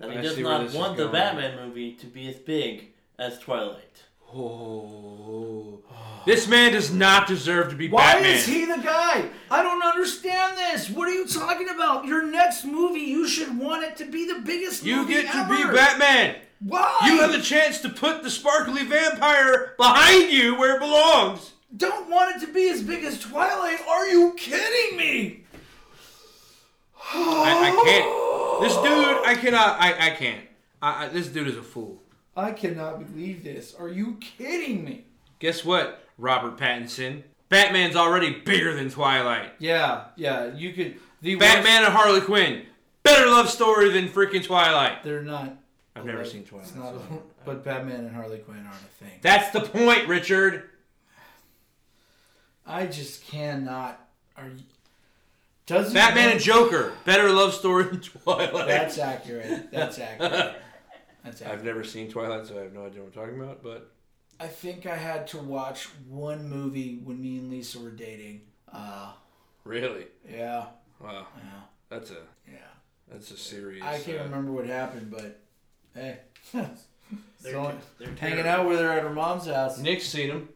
[SPEAKER 4] that he
[SPEAKER 2] I
[SPEAKER 4] does
[SPEAKER 2] see where
[SPEAKER 4] not
[SPEAKER 2] this is
[SPEAKER 4] want the
[SPEAKER 2] going.
[SPEAKER 4] Batman movie to be as big as Twilight.
[SPEAKER 2] Oh. This man does not deserve to be
[SPEAKER 1] Why
[SPEAKER 2] Batman.
[SPEAKER 1] is he the guy? I don't understand this. What are you talking about? Your next movie, you should want it to be the biggest
[SPEAKER 2] you
[SPEAKER 1] movie
[SPEAKER 2] get to be
[SPEAKER 1] ever.
[SPEAKER 2] Batman.
[SPEAKER 1] Why?
[SPEAKER 2] You have the chance to put the sparkly vampire behind you where it belongs.
[SPEAKER 1] don't want it to be as big as Twilight. Are you kidding me?
[SPEAKER 2] I, I
[SPEAKER 1] (gasps)
[SPEAKER 2] can't. This dude, I cannot. I, I can't. I, I, this dude is a fool.
[SPEAKER 1] I cannot believe this. Are you kidding me?
[SPEAKER 2] Guess what, Robert Pattinson? Batman's already bigger than Twilight.
[SPEAKER 1] Yeah, yeah. You could. The worst-
[SPEAKER 2] Batman and Harley Quinn. Better love story than freaking Twilight.
[SPEAKER 1] they're not.
[SPEAKER 2] I've never
[SPEAKER 1] It's
[SPEAKER 2] seen Twilight.
[SPEAKER 1] not-
[SPEAKER 2] so-
[SPEAKER 1] but Batman and Harley Quinn aren't a thing.
[SPEAKER 2] That's the point, Richard.
[SPEAKER 1] I just cannot. Are you? Doesn't
[SPEAKER 2] Batman and Joker. Better love story than Twilight.
[SPEAKER 1] That's accurate. That's
[SPEAKER 2] (laughs)
[SPEAKER 1] accurate. That's
[SPEAKER 2] I've
[SPEAKER 1] accurate.
[SPEAKER 2] never seen Twilight, so I have no idea what I'm talking about, but
[SPEAKER 1] I think I had to watch one movie when me and Lisa were dating. Uh,
[SPEAKER 2] really.
[SPEAKER 1] yeah,
[SPEAKER 2] Wow.
[SPEAKER 1] yeah,
[SPEAKER 2] That's a
[SPEAKER 1] yeah.
[SPEAKER 2] that's a serious
[SPEAKER 1] I can't
[SPEAKER 2] uh,
[SPEAKER 1] remember what happened, but hey, (laughs)
[SPEAKER 4] They're,
[SPEAKER 1] so,
[SPEAKER 4] they're
[SPEAKER 1] hanging
[SPEAKER 4] terrible.
[SPEAKER 1] out with her at her mom's house.
[SPEAKER 2] Nick's seen him.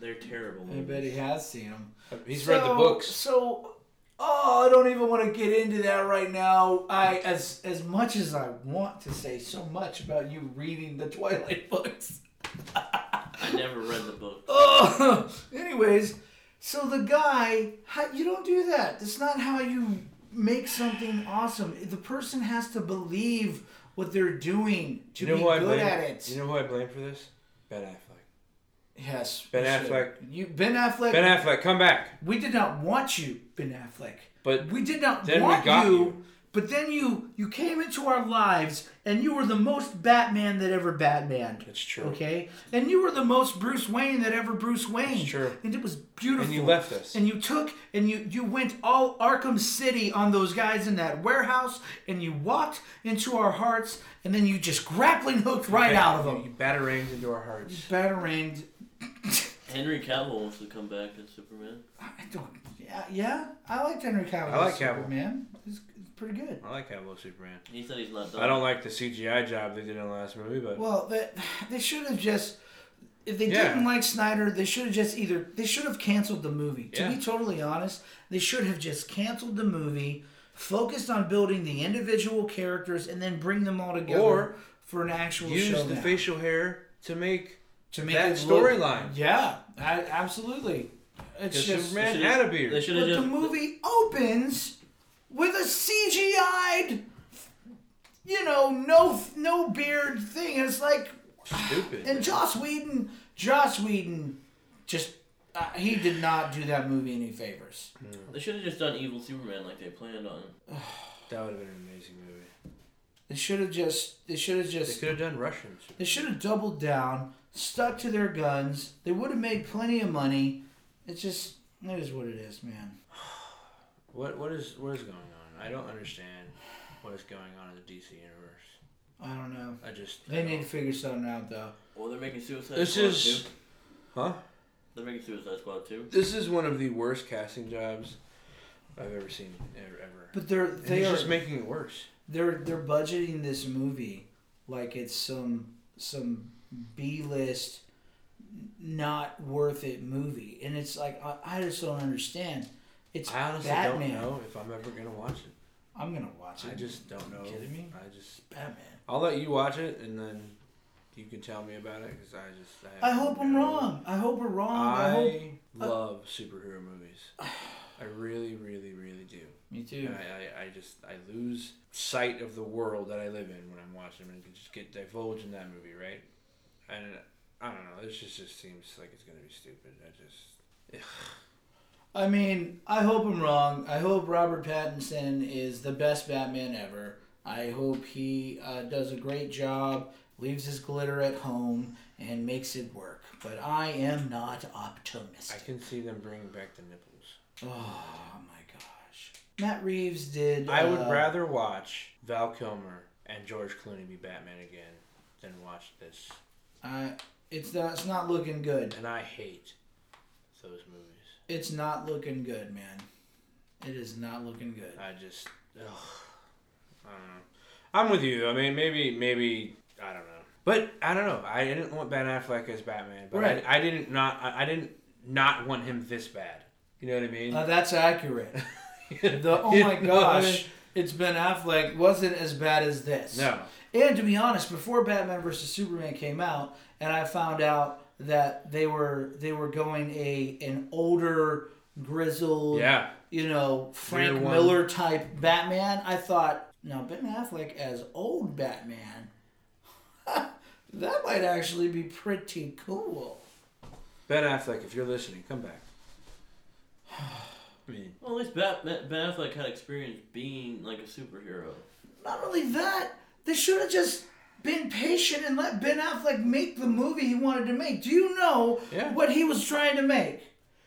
[SPEAKER 4] They're terrible.
[SPEAKER 1] I bet he
[SPEAKER 4] movies.
[SPEAKER 1] has seen him.
[SPEAKER 2] He's
[SPEAKER 1] So-
[SPEAKER 2] read the books.
[SPEAKER 1] So, oh, I don't even want to get into that right now. I as as much as I want to say so much about you reading the (laughs) Twilight books.
[SPEAKER 4] I never read the book.
[SPEAKER 1] Oh, anyways, so the guy, how, you don't do that. That's not how you make something awesome. The person has to believe what they're doing to
[SPEAKER 2] You know
[SPEAKER 1] be
[SPEAKER 2] who I
[SPEAKER 1] good
[SPEAKER 2] blame?
[SPEAKER 1] at it.
[SPEAKER 2] You know who I blame for this? Ben Affleck.
[SPEAKER 1] yes,
[SPEAKER 2] Ben
[SPEAKER 1] we should.
[SPEAKER 2] Affleck.
[SPEAKER 1] You Ben Affleck.
[SPEAKER 2] Ben Affleck, come back.
[SPEAKER 1] we did not want you, Ben Affleck.
[SPEAKER 2] But
[SPEAKER 1] We did not
[SPEAKER 2] Then we
[SPEAKER 1] want
[SPEAKER 2] got
[SPEAKER 1] you,
[SPEAKER 2] you.
[SPEAKER 1] but then you you came into our lives and you were the most Batman that ever Batmaned.
[SPEAKER 2] That's true.
[SPEAKER 1] Okay, and you were the most Bruce Wayne that ever Bruce Wayne.
[SPEAKER 2] That's true.
[SPEAKER 1] And it was beautiful.
[SPEAKER 2] And you left us.
[SPEAKER 1] And you took and you you went all Arkham City on those guys in that warehouse, and you walked into our hearts, and then you just grappling hooked right out of
[SPEAKER 2] You
[SPEAKER 1] them.
[SPEAKER 2] batarangs into our hearts.
[SPEAKER 1] Bataranged.
[SPEAKER 4] Henry Cavill wants to come back as Superman.
[SPEAKER 1] I don't. Yeah, yeah. I liked Henry Cavill.
[SPEAKER 2] I like Cavill.
[SPEAKER 1] Superman. He's pretty good.
[SPEAKER 2] I like Cavill Superman.
[SPEAKER 4] He said he's not done.
[SPEAKER 2] I don't like the CGI job they did in the last movie, but
[SPEAKER 1] Oh. Well, that they should have just if they
[SPEAKER 2] Yeah.
[SPEAKER 1] didn't like Snyder, they should have just either they should have canceled the movie. To
[SPEAKER 2] Yeah.
[SPEAKER 1] be totally honest, they should have just canceled the movie, focused on building the individual characters, and then bring them all together
[SPEAKER 2] Or
[SPEAKER 1] for an actual
[SPEAKER 2] use
[SPEAKER 1] show
[SPEAKER 2] the
[SPEAKER 1] now.
[SPEAKER 2] facial hair to make
[SPEAKER 1] to make
[SPEAKER 2] that
[SPEAKER 1] it look-
[SPEAKER 2] storyline.
[SPEAKER 1] Yeah, I, absolutely. It's
[SPEAKER 2] Because
[SPEAKER 1] just
[SPEAKER 2] Superman
[SPEAKER 4] should've-
[SPEAKER 2] had a
[SPEAKER 4] They
[SPEAKER 2] beard.
[SPEAKER 4] should
[SPEAKER 1] but
[SPEAKER 4] have
[SPEAKER 1] the
[SPEAKER 4] just.
[SPEAKER 1] movie opens with a CGI'd, you know, no no beard thing. And it's like, (sighs)
[SPEAKER 2] Stupid.
[SPEAKER 1] And Joss Whedon, Joss Whedon, just uh, he did not do that movie any favors.
[SPEAKER 4] They should have just done Evil Superman like they planned on.
[SPEAKER 2] That would have been an amazing movie.
[SPEAKER 1] They should have just, they should have
[SPEAKER 2] They
[SPEAKER 1] just,
[SPEAKER 2] could have done Russian.
[SPEAKER 1] they should have doubled down, stuck to their guns. They would have made plenty of money. It's just, it is what it is, man.
[SPEAKER 2] What what is what is going on? I don't understand what is going on in the DC universe.
[SPEAKER 1] I don't know.
[SPEAKER 2] I just
[SPEAKER 1] They need to figure something out though.
[SPEAKER 4] Well, they're making Suicide
[SPEAKER 2] This
[SPEAKER 4] Squad
[SPEAKER 2] is-
[SPEAKER 4] too.
[SPEAKER 2] Huh?
[SPEAKER 4] They're making Suicide Squad too.
[SPEAKER 2] This is one of the worst casting jobs I've ever seen ever. ever.
[SPEAKER 1] But they're
[SPEAKER 2] And
[SPEAKER 1] they
[SPEAKER 2] he's
[SPEAKER 1] are
[SPEAKER 2] just making it worse.
[SPEAKER 1] they're they're budgeting this movie like it's some some B list, not worth it movie, and it's like I, I just don't understand. It's
[SPEAKER 2] I honestly
[SPEAKER 1] Batman.
[SPEAKER 2] don't know if I'm ever gonna watch it.
[SPEAKER 1] I'm gonna watch it.
[SPEAKER 2] I just don't know.
[SPEAKER 1] kidding me?
[SPEAKER 2] I just
[SPEAKER 1] Batman.
[SPEAKER 2] I'll let you watch it and then you can tell me about it because I just
[SPEAKER 1] I
[SPEAKER 2] have
[SPEAKER 1] hope I'm
[SPEAKER 2] no-
[SPEAKER 1] wrong. I hope we're wrong. I,
[SPEAKER 2] I
[SPEAKER 1] hope. uh,
[SPEAKER 2] love superhero
[SPEAKER 1] (sighs)
[SPEAKER 2] movies. I really, really, really do.
[SPEAKER 1] Me too.
[SPEAKER 2] And I, I, I just I lose sight of the world that I live in when I'm watching them and can just get divulged in that movie, right? And I don't know. This just, just seems like it's gonna be stupid. I just
[SPEAKER 1] I mean, I hope I'm wrong. I hope Robert Pattinson is the best Batman ever. I hope he uh, does a great job, leaves his glitter at home, and makes it work. But I am not
[SPEAKER 2] I
[SPEAKER 1] optimistic.
[SPEAKER 2] can see them bringing back the nipples.
[SPEAKER 1] Oh my gosh. Matt Reeves did.
[SPEAKER 2] I would
[SPEAKER 1] uh,
[SPEAKER 2] rather watch Val Kilmer and George Clooney be Batman again than watch this.
[SPEAKER 1] I, it's not. It's not looking good.
[SPEAKER 2] And I hate those movies.
[SPEAKER 1] It's not looking good, man. It is not looking good.
[SPEAKER 2] I just, ugh, I don't know. I'm with you. I mean, maybe, maybe I don't know. But I don't know. I didn't want Ben Affleck as Batman, but
[SPEAKER 1] Right.
[SPEAKER 2] I, I didn't not I, I didn't not want him this bad. You know what I mean? (laughs)
[SPEAKER 1] Uh, that's accurate. The, oh my
[SPEAKER 2] You know what I
[SPEAKER 1] gosh,
[SPEAKER 2] mean?
[SPEAKER 1] it's Ben Affleck wasn't as bad as this.
[SPEAKER 2] No.
[SPEAKER 1] And to be honest, before Batman vs Superman came out, and I found out that they were they were going a an older, grizzled,
[SPEAKER 2] Yeah.
[SPEAKER 1] you know, Frank
[SPEAKER 2] Weird one.
[SPEAKER 1] Miller type Batman, I thought now Ben Affleck as old Batman, (laughs) that might actually be pretty cool.
[SPEAKER 2] Ben Affleck, if you're listening, come back. (sighs) I mean,
[SPEAKER 4] Well, at least Bat, Bat, Ben Affleck had experience being like a superhero.
[SPEAKER 1] Not only that, they should have just been patient and let Ben Affleck make the movie he wanted to make. Do you know
[SPEAKER 2] Yeah.
[SPEAKER 1] what he was trying to make?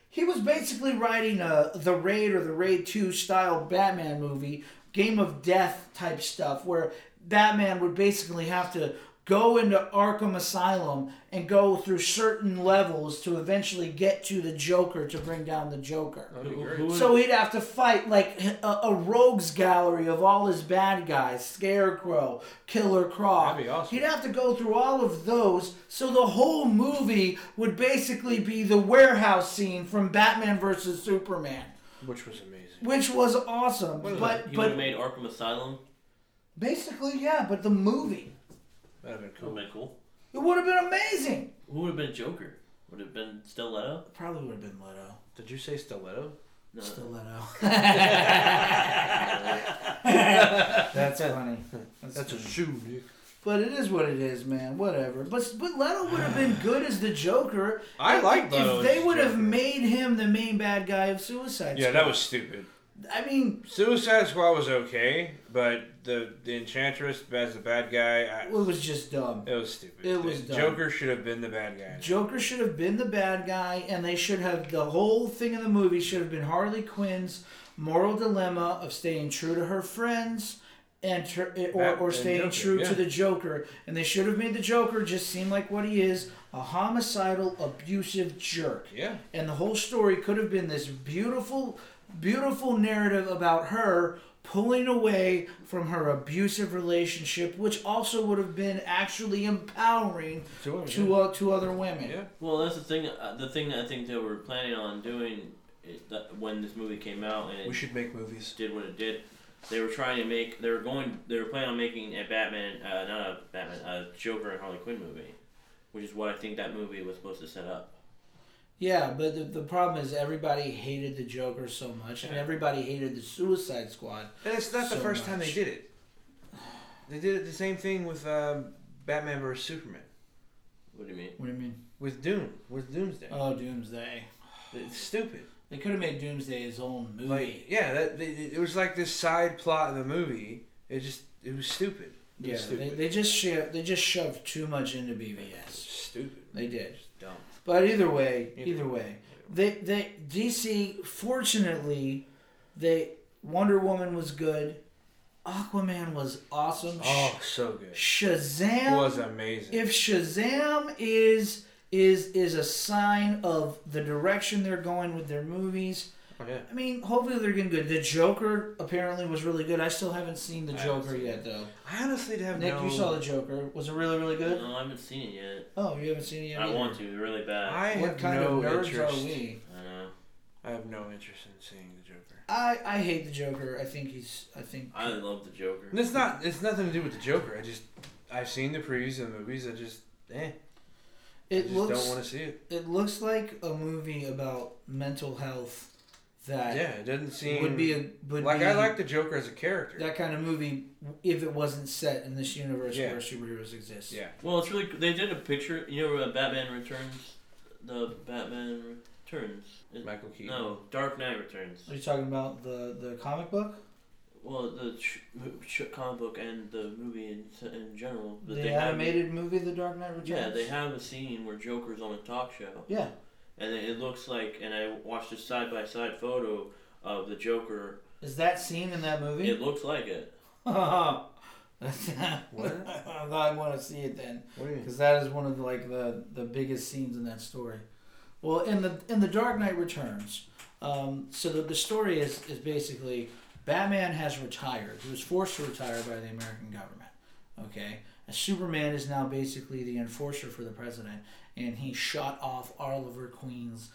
[SPEAKER 1] He was basically writing a the Raid or the Raid 2 style Batman movie, Game of Death type stuff, where Batman would basically have to go into Arkham Asylum and go through certain levels to eventually get to the Joker to bring down the Joker.
[SPEAKER 2] that'd be
[SPEAKER 4] Who-
[SPEAKER 2] great.
[SPEAKER 4] who would-
[SPEAKER 1] So he'd have to fight like a, a rogues gallery of all his bad guys: Scarecrow, Killer Croc.
[SPEAKER 2] That'd be awesome.
[SPEAKER 1] He'd have to go through all of those. So the whole movie would basically be the warehouse scene from Batman versus Superman,
[SPEAKER 2] which was amazing.
[SPEAKER 1] which was awesome.
[SPEAKER 2] What is
[SPEAKER 1] But
[SPEAKER 4] he would
[SPEAKER 1] but
[SPEAKER 4] have made Arkham Asylum.
[SPEAKER 1] basically, yeah. But the movie,
[SPEAKER 2] That'd have been
[SPEAKER 4] That would
[SPEAKER 2] cool.
[SPEAKER 4] have been cool.
[SPEAKER 1] it would have been amazing.
[SPEAKER 4] Who would have been Joker? Would it have been Stiletto?
[SPEAKER 1] Probably would have been Leto.
[SPEAKER 2] Did you say stiletto?
[SPEAKER 1] (laughs)
[SPEAKER 4] No.
[SPEAKER 1] Stiletto. That's funny.
[SPEAKER 2] That's a zoo, Nick.
[SPEAKER 1] But it is what it is, man. Whatever. But but Leto would have
[SPEAKER 2] (sighs)
[SPEAKER 1] been good as the Joker.
[SPEAKER 2] I
[SPEAKER 1] if-
[SPEAKER 2] like Leto
[SPEAKER 1] If
[SPEAKER 2] as
[SPEAKER 1] they
[SPEAKER 2] the
[SPEAKER 1] would have
[SPEAKER 2] Joker.
[SPEAKER 1] made him the main bad guy of Suicide
[SPEAKER 2] Yeah,
[SPEAKER 1] Squad.
[SPEAKER 2] that was stupid.
[SPEAKER 1] I mean,
[SPEAKER 2] Suicide Squad was okay, but the the Enchantress as the bad guy, I,
[SPEAKER 1] it was just dumb.
[SPEAKER 2] it was stupid.
[SPEAKER 1] It was
[SPEAKER 2] The
[SPEAKER 1] dumb.
[SPEAKER 2] Joker should have been the bad guy.
[SPEAKER 1] Joker should have been the bad guy, and they should have the whole thing in the movie should have been Harley Quinn's moral dilemma of staying true to her friends and tr- eh, or,
[SPEAKER 2] That-
[SPEAKER 1] or
[SPEAKER 2] and
[SPEAKER 1] staying
[SPEAKER 2] Joker,
[SPEAKER 1] true
[SPEAKER 2] yeah.
[SPEAKER 1] to the Joker. And they should have made the Joker just seem like what he is a homicidal, abusive jerk.
[SPEAKER 2] Yeah,
[SPEAKER 1] And the whole story could have been this beautiful, beautiful narrative about her pulling away from her abusive relationship, which also would have been actually empowering
[SPEAKER 2] To women,
[SPEAKER 1] to, uh, to other women.
[SPEAKER 2] yeah.
[SPEAKER 4] Well, that's the thing. Uh, the thing that I think they were planning on doing is that when this movie came out and it
[SPEAKER 2] We should make movies.
[SPEAKER 4] did what it did, they were trying to make. They were going. They were planning on making a Batman, uh, not a Batman, a Joker and Harley Quinn movie, which is what I think that movie was supposed to set up.
[SPEAKER 1] Yeah, but the, the problem is everybody hated the Joker so much, and everybody hated the Suicide Squad.
[SPEAKER 2] And it's not the
[SPEAKER 1] So
[SPEAKER 2] first time they
[SPEAKER 1] much.
[SPEAKER 2] did it. They did it the same thing with um, Batman vs Superman,
[SPEAKER 4] What do you mean?
[SPEAKER 1] What do you mean?
[SPEAKER 2] with Doom, with Doomsday.
[SPEAKER 1] Oh, Doomsday.
[SPEAKER 2] it's stupid.
[SPEAKER 1] They could have made Doomsday his own movie.
[SPEAKER 2] Like yeah, that they, it was like this side plot in the movie. It just it was stupid. It
[SPEAKER 1] yeah,
[SPEAKER 2] was
[SPEAKER 1] they,
[SPEAKER 2] stupid.
[SPEAKER 1] they just shoved, they just shoved too much into BVS.
[SPEAKER 2] stupid.
[SPEAKER 1] They did.
[SPEAKER 2] Just dumb.
[SPEAKER 1] But either way, either,
[SPEAKER 2] Either
[SPEAKER 1] way, they they DC fortunately, they Wonder Woman was good, Aquaman was awesome, Sh-
[SPEAKER 2] Oh, so good.
[SPEAKER 1] Shazam
[SPEAKER 2] was amazing.
[SPEAKER 1] if Shazam is is is a sign of the direction they're going with their movies.
[SPEAKER 2] Oh, yeah.
[SPEAKER 1] I mean, hopefully they're getting good. The Joker apparently was really good. I still haven't seen the
[SPEAKER 2] I haven't
[SPEAKER 1] Joker
[SPEAKER 2] seen
[SPEAKER 1] yet, though.
[SPEAKER 2] I honestly have
[SPEAKER 1] Nick,
[SPEAKER 2] no.
[SPEAKER 1] you saw the Joker. Was it really, really good?
[SPEAKER 4] No, I haven't seen it
[SPEAKER 1] Oh, you haven't seen it
[SPEAKER 4] yet.
[SPEAKER 1] yet.
[SPEAKER 4] I
[SPEAKER 1] either.
[SPEAKER 4] want to really bad. I,
[SPEAKER 2] I
[SPEAKER 1] What
[SPEAKER 2] have
[SPEAKER 1] kind
[SPEAKER 2] no
[SPEAKER 1] of nerds
[SPEAKER 2] interest.
[SPEAKER 1] are we?
[SPEAKER 4] know.
[SPEAKER 2] I have no interest in seeing the Joker.
[SPEAKER 1] I I hate the Joker. I think he's. I think.
[SPEAKER 4] I love the Joker.
[SPEAKER 2] And it's not. It's nothing to do with the Joker. I just. I've seen the previews of the movies. I just. eh, I
[SPEAKER 1] It
[SPEAKER 2] just
[SPEAKER 1] looks
[SPEAKER 2] don't want to see it.
[SPEAKER 1] it looks like a movie about mental health that
[SPEAKER 2] Yeah, it doesn't seem
[SPEAKER 1] would be a would
[SPEAKER 2] like
[SPEAKER 1] be
[SPEAKER 2] I like the Joker as a character.
[SPEAKER 1] that kind of movie if it wasn't set in this universe
[SPEAKER 2] Yeah.
[SPEAKER 1] where superheroes exist.
[SPEAKER 2] Yeah.
[SPEAKER 4] Well, it's really they did a picture. You know, uh, Batman Returns, the Batman Returns. Is-
[SPEAKER 2] Michael Keaton.
[SPEAKER 4] No, Dark Knight Returns.
[SPEAKER 1] Are you talking about the the comic book?
[SPEAKER 4] Well, the ch- mo- ch- comic book and the movie in, in general.
[SPEAKER 1] The
[SPEAKER 4] But they have-
[SPEAKER 1] animated movie, The Dark Knight Returns.
[SPEAKER 4] Yeah, they have a scene where Joker's on a talk show,
[SPEAKER 1] Yeah.
[SPEAKER 4] and it it looks like. And I watched a side by side photo of the Joker.
[SPEAKER 1] Is that scene in that movie? (laughs)
[SPEAKER 4] It looks like it.
[SPEAKER 1] what? I want to see it then,
[SPEAKER 2] What do you mean?
[SPEAKER 1] because that is one of like the the biggest scenes in that story. Well, in the in the Dark Knight Returns, um, so the, the story is is basically Batman has retired. He was forced to retire by the American government. Okay, and Superman is now basically the enforcer for the president, and he shot off Oliver Queen's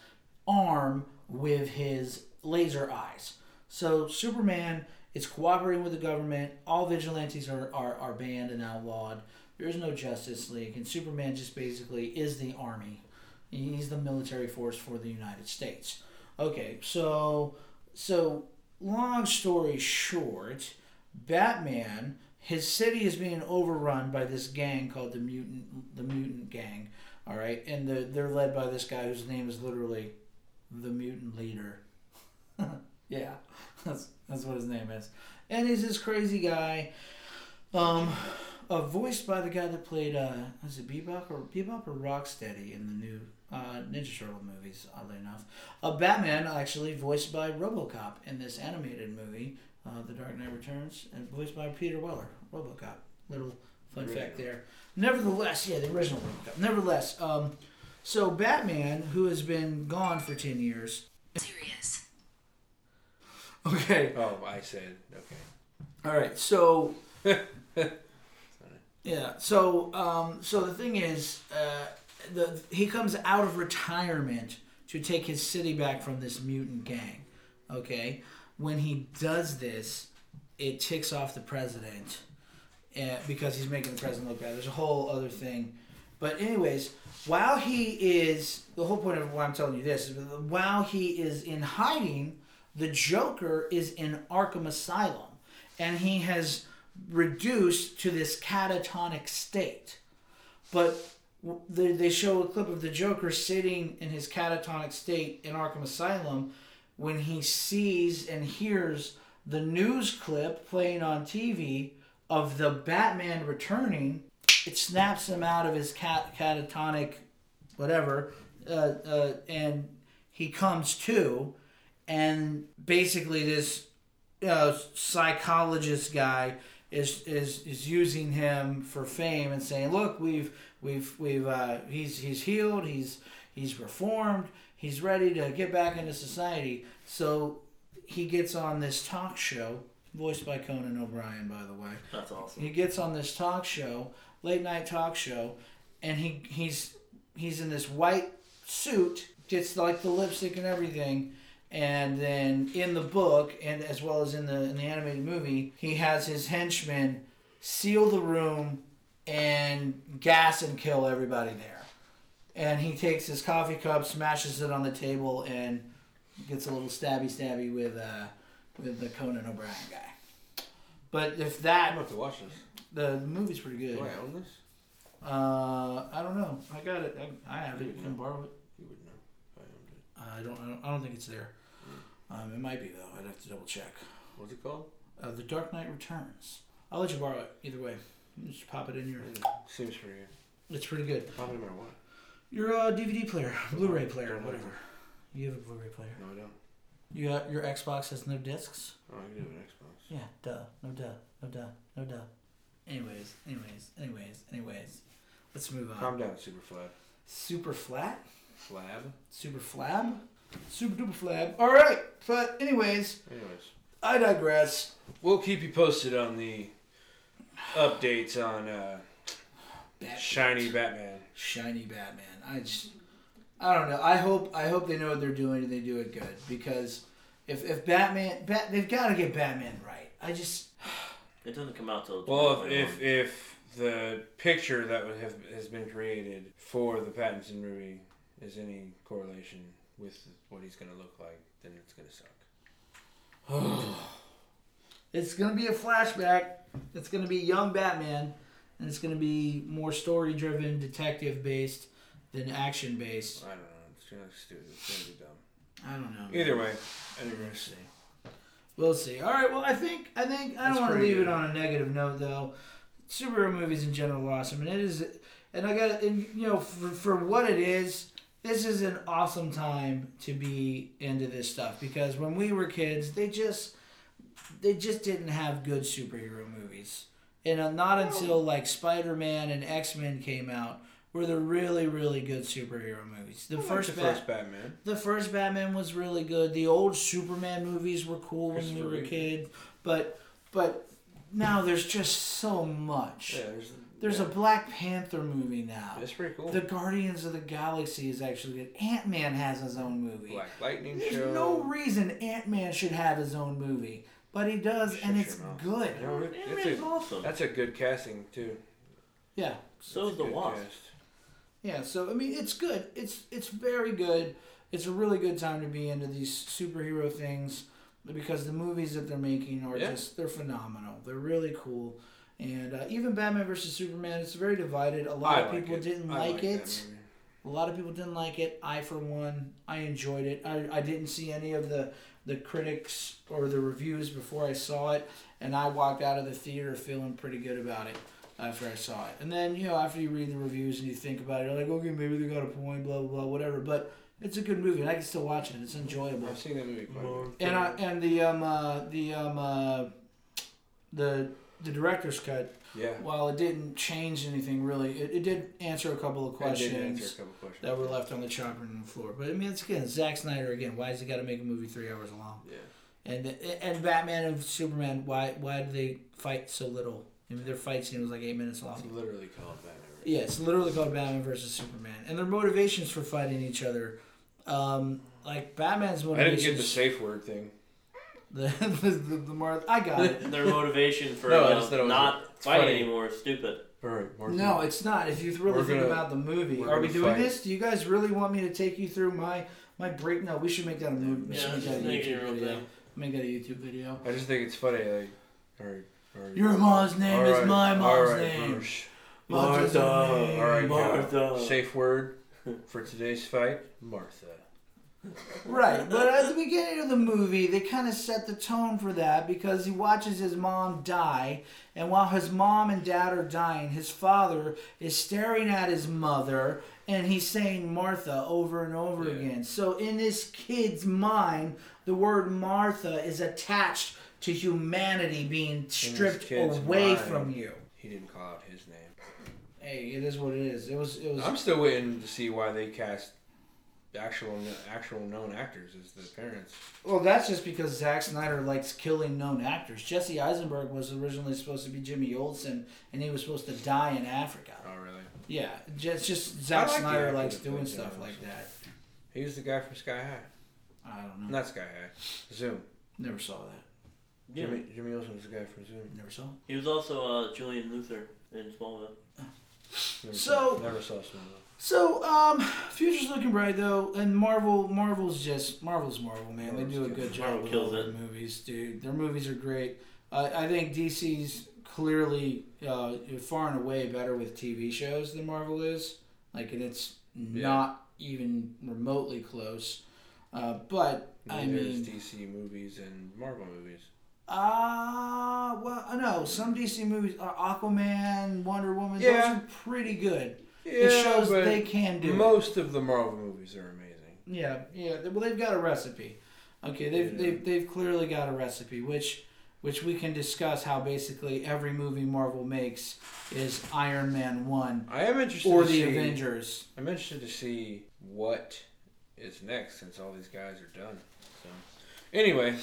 [SPEAKER 1] arm with his laser eyes. So Superman is cooperating with the government. All vigilantes are, are, are banned and outlawed. There is no Justice League, and Superman just basically is the army. He's the military force for the United States. Okay, so so long story short, Batman, his city is being overrun by this gang called the mutant the mutant gang. All right, and the, they're led by this guy whose name is literally the mutant leader. yeah, (laughs) that's that's what his name is, and he's this crazy guy, um, uh, voiced by the guy that played uh, is it Bebop or Bebop or Rocksteady in the new uh, Ninja Turtle movies. Oddly enough, uh, Batman actually voiced by RoboCop in this animated movie, uh, The Dark Knight Returns, and voiced by Peter Weller, RoboCop. Little fun fact there. Nevertheless, yeah, the original RoboCop. Nevertheless, um, so Batman, who has been gone for ten years. (laughs)
[SPEAKER 5] Serious.
[SPEAKER 1] Okay.
[SPEAKER 2] Oh, I said okay.
[SPEAKER 1] All right, so yeah, so um, so the thing is, uh, the he comes out of retirement to take his city back from this mutant gang. Okay, when he does this, it ticks off the president uh, because he's making the president look bad. There's a whole other thing, but anyways, while he is the whole point of why I'm telling you this is while he is in hiding, the Joker is in Arkham Asylum and he has reduced to this catatonic state. But w- they, they show a clip of the Joker sitting in his catatonic state in Arkham Asylum when he sees and hears the news clip playing on TV of the Batman returning. It snaps him out of his cat, catatonic whatever, uh, uh, and he comes to, and basically this uh, psychologist guy is is is using him for fame and saying, "Look, we've we've we've uh, he's he's healed, he's he's reformed, he's ready to get back into society." So he gets on this talk show, voiced by Conan O'Brien, by the way.
[SPEAKER 4] That's awesome.
[SPEAKER 1] He gets on this talk show, late night talk show, and he he's he's in this white suit, gets like the lipstick and everything, and then in the book and as well as in the in the animated movie, he has his henchmen seal the room and gas and kill everybody there. And he takes his coffee cup, smashes it on the table, and gets a little stabby stabby with uh, with the Conan O'Brien guy. But if that
[SPEAKER 2] I'm about to watch this.
[SPEAKER 1] the, the movie's pretty good.
[SPEAKER 2] Do I own this?
[SPEAKER 1] Uh, I don't know. I got it. I, I have it. You can borrow it.
[SPEAKER 2] You would know. if I owned it.
[SPEAKER 1] Uh, I don't. I don't- I don't think it's there. Um, it might be though. I'd have to double check.
[SPEAKER 2] What's it called?
[SPEAKER 1] Uh, the Dark Knight Returns. I'll let you borrow it. Either way, You just pop it in your.
[SPEAKER 2] Seems pretty good.
[SPEAKER 1] It's pretty good.
[SPEAKER 2] Probably no matter what.
[SPEAKER 1] Your uh, DVD player, (laughs)
[SPEAKER 2] Oh,
[SPEAKER 1] Blu-ray player,
[SPEAKER 2] Don't have
[SPEAKER 1] whatever. You have a Blu-ray player.
[SPEAKER 2] No, I don't.
[SPEAKER 1] You got your Xbox has no discs.
[SPEAKER 2] Oh, I can do it on Xbox.
[SPEAKER 1] Yeah. Duh. No duh. No duh. No duh. Anyways. Anyways. Anyways. Anyways. Let's move on.
[SPEAKER 2] Calm down, Superfly.
[SPEAKER 1] Super flat.
[SPEAKER 2] Flab.
[SPEAKER 1] Super flab? Super duper flab. All right. But, anyways,
[SPEAKER 2] Anyways,
[SPEAKER 1] I digress.
[SPEAKER 2] we'll keep you posted on the updates on uh,
[SPEAKER 1] Batman.
[SPEAKER 2] Shiny Batman.
[SPEAKER 1] Shiny Batman. I just, I don't know. I hope, I hope they know what they're doing and they do it good because if, if Batman, Bat, they've got to get Batman right. I just,
[SPEAKER 4] It doesn't come out till.
[SPEAKER 2] Well, if if,
[SPEAKER 4] 2021.
[SPEAKER 2] if the picture that would have has been created for the Pattinson movie is any correlation with what he's going to look like, then it's going to suck.
[SPEAKER 1] It's gonna be a flashback. It's gonna be young Batman, and it's gonna be more story driven, detective based than action based.
[SPEAKER 2] I don't know. It's going to look stupid. It's going to be dumb.
[SPEAKER 1] I don't know.
[SPEAKER 2] Either way, I
[SPEAKER 1] We'll
[SPEAKER 2] digress.
[SPEAKER 1] see. We'll see. All right. Well, I think I think I
[SPEAKER 2] That's
[SPEAKER 1] don't want to
[SPEAKER 2] pretty
[SPEAKER 1] leave it
[SPEAKER 2] good.
[SPEAKER 1] on a negative note though. Superhero movies in general are awesome, and it is. And I got and you know for, for what it is, this is an awesome time to be into this stuff because when we were kids, they just they just didn't have good superhero movies, and uh, not until like Spider Man and X Men came out were the really really good superhero movies. The
[SPEAKER 2] I like
[SPEAKER 1] first
[SPEAKER 2] the
[SPEAKER 1] Bat-
[SPEAKER 2] first Batman.
[SPEAKER 1] the first Batman was really good. The old Superman movies were cool when we
[SPEAKER 2] Christopher
[SPEAKER 1] were a
[SPEAKER 2] Reeve.
[SPEAKER 1] kid, but but now there's just so much.
[SPEAKER 2] Yeah, there's,
[SPEAKER 1] There's a Black Panther movie now.
[SPEAKER 2] That's pretty cool.
[SPEAKER 1] The Guardians of the Galaxy is actually good. Ant Man has his own movie.
[SPEAKER 2] Black Lightning
[SPEAKER 1] there's
[SPEAKER 2] show.
[SPEAKER 1] no reason Ant Man should have his own movie, but he does, and
[SPEAKER 2] Shut
[SPEAKER 1] it's
[SPEAKER 2] your mouth.
[SPEAKER 1] good.
[SPEAKER 2] No, it-
[SPEAKER 4] Yeah,
[SPEAKER 2] it's
[SPEAKER 4] it's
[SPEAKER 2] a-
[SPEAKER 4] awesome.
[SPEAKER 2] That's a good casting too.
[SPEAKER 1] Yeah,
[SPEAKER 4] So
[SPEAKER 2] That's
[SPEAKER 4] is
[SPEAKER 2] a
[SPEAKER 4] the
[SPEAKER 2] good
[SPEAKER 4] Wasp.
[SPEAKER 2] cast.
[SPEAKER 1] yeah. So I mean, it's good. It's it's very good. It's a really good time to be into these superhero things because the movies that they're making are
[SPEAKER 2] Yeah.
[SPEAKER 1] just they're phenomenal. They're really cool, and uh, even Batman versus Superman. It's very divided. A lot
[SPEAKER 2] I
[SPEAKER 1] of
[SPEAKER 2] like
[SPEAKER 1] people
[SPEAKER 2] it.
[SPEAKER 1] didn't
[SPEAKER 2] I
[SPEAKER 1] like,
[SPEAKER 2] like
[SPEAKER 1] it.
[SPEAKER 2] that movie.
[SPEAKER 1] A lot of people didn't like it. I, for one, I enjoyed it. I, I didn't see any of the, the critics or the reviews before I saw it, and I walked out of the theater feeling pretty good about it after I saw it. And then, you know, after you read the reviews and you think about it, you're like, okay, maybe they got a point, blah, blah, blah, whatever. But it's a good movie, and I can still watch it. It's enjoyable.
[SPEAKER 2] I've seen that movie quite a bit.
[SPEAKER 1] And I, and the um uh, the um uh, the the director's cut,
[SPEAKER 2] Yeah.
[SPEAKER 1] while it didn't change anything really, it, it did answer a couple of
[SPEAKER 2] I
[SPEAKER 1] questions
[SPEAKER 2] did answer a couple questions.
[SPEAKER 1] that were left on the chopping room floor. But I mean, it's again Zack Snyder again. Why has he got to make a movie three hours long?
[SPEAKER 2] Yeah.
[SPEAKER 1] And and Batman and Superman. Why why do they fight so little? I mean, their fight scene was like eight minutes
[SPEAKER 2] It's
[SPEAKER 1] long.
[SPEAKER 2] literally called Batman.
[SPEAKER 1] Yeah, it's literally called Batman versus Superman, and their motivations for fighting each other. Um, like Batman's
[SPEAKER 2] I didn't get the
[SPEAKER 1] motivations.
[SPEAKER 2] safe word thing.
[SPEAKER 1] (laughs) the the, the, the Mar- I got it.
[SPEAKER 4] Their motivation for
[SPEAKER 2] No, I
[SPEAKER 4] uh,
[SPEAKER 2] just thought it was
[SPEAKER 4] not fighting
[SPEAKER 2] funny.
[SPEAKER 4] anymore is stupid.
[SPEAKER 2] All right, Mark.
[SPEAKER 1] No, it's not. If you really
[SPEAKER 2] We're
[SPEAKER 1] think
[SPEAKER 2] gonna-
[SPEAKER 1] about the movie,
[SPEAKER 2] we're
[SPEAKER 1] are we
[SPEAKER 2] gonna
[SPEAKER 1] doing
[SPEAKER 2] fight.
[SPEAKER 1] this? Do you guys really want me to take you through my my break? No, we should make that a movie. We should
[SPEAKER 4] Yeah,
[SPEAKER 1] make that a
[SPEAKER 4] just make it your
[SPEAKER 1] YouTube
[SPEAKER 4] own
[SPEAKER 1] video.
[SPEAKER 4] thing.
[SPEAKER 1] Make that a YouTube video.
[SPEAKER 2] I just think it's funny. Like, all right, all right.
[SPEAKER 1] Your mom's name
[SPEAKER 2] All
[SPEAKER 1] is
[SPEAKER 2] right,
[SPEAKER 1] my
[SPEAKER 2] all
[SPEAKER 1] mom's
[SPEAKER 2] right,
[SPEAKER 1] name.
[SPEAKER 2] Bruce.
[SPEAKER 1] Martha's her name.
[SPEAKER 2] All right, Martha.
[SPEAKER 4] Martha.
[SPEAKER 2] Safe (laughs) word for today's fight, Martha.
[SPEAKER 1] Right, but at the beginning of the movie, they kind of set the tone for that because he watches his mom die, and while his mom and dad are dying, his father is staring at his mother and he's saying Martha over and over
[SPEAKER 2] Yeah.
[SPEAKER 1] again. So, in this kid's mind, the word Martha is attached to humanity being stripped
[SPEAKER 2] kid's
[SPEAKER 1] away
[SPEAKER 2] mind.
[SPEAKER 1] from you.
[SPEAKER 2] He didn't call out his name.
[SPEAKER 1] Hey, it is what it is. It was, it was,
[SPEAKER 2] I'm still waiting to see why they cast actual actual known actors as the parents.
[SPEAKER 1] Well, that's just because Zack Snyder likes killing known actors. Jesse Eisenberg was originally supposed to be Jimmy Olsen, and he was supposed to die in Africa.
[SPEAKER 2] Oh, really?
[SPEAKER 1] Yeah, ju- it's just Zack
[SPEAKER 2] like the
[SPEAKER 1] Snyder
[SPEAKER 2] actor
[SPEAKER 1] likes
[SPEAKER 2] that
[SPEAKER 1] doing
[SPEAKER 2] played
[SPEAKER 1] stuff
[SPEAKER 2] Jimmy
[SPEAKER 1] like that.
[SPEAKER 2] He was the guy from Sky High.
[SPEAKER 1] I don't know.
[SPEAKER 2] Not Sky High. Zoom.
[SPEAKER 1] Never saw that.
[SPEAKER 4] Yeah.
[SPEAKER 2] Jimmy, Jimmy Olsen was the guy from Zoom.
[SPEAKER 1] Never saw.
[SPEAKER 4] He was also uh, Julian Luther in Smallville.
[SPEAKER 2] Never
[SPEAKER 1] So-
[SPEAKER 2] saw, never saw Smallville.
[SPEAKER 1] So, um, future's looking bright though, and Marvel, Marvel's just Marvel's Marvel, man. They do a good job
[SPEAKER 4] Marvel
[SPEAKER 1] with all
[SPEAKER 4] kills
[SPEAKER 1] their
[SPEAKER 4] it.
[SPEAKER 1] movies, dude. Their movies are great. Uh, I think DC's clearly uh, far and away better with TV shows than Marvel is. Like, and it's
[SPEAKER 2] Yeah.
[SPEAKER 1] not even remotely close. Uh, but I
[SPEAKER 2] Neither is
[SPEAKER 1] mean,
[SPEAKER 2] DC movies and Marvel movies.
[SPEAKER 1] uh, well, I know some DC movies, uh, Aquaman, Wonder Woman,
[SPEAKER 2] Yeah.
[SPEAKER 1] those are pretty good.
[SPEAKER 2] Yeah,
[SPEAKER 1] it shows
[SPEAKER 2] but
[SPEAKER 1] they can do. it.
[SPEAKER 2] most of the Marvel movies are amazing.
[SPEAKER 1] Yeah, yeah. th- Well, they've got a recipe. Okay, they've,
[SPEAKER 2] Yeah.
[SPEAKER 1] they've they've clearly got a recipe, which which we can discuss how basically every movie Marvel makes is Iron Man one
[SPEAKER 2] I am interested
[SPEAKER 1] or
[SPEAKER 2] to
[SPEAKER 1] the
[SPEAKER 2] see,
[SPEAKER 1] Avengers.
[SPEAKER 2] I'm interested to see what is next since all these guys are done. So anyway,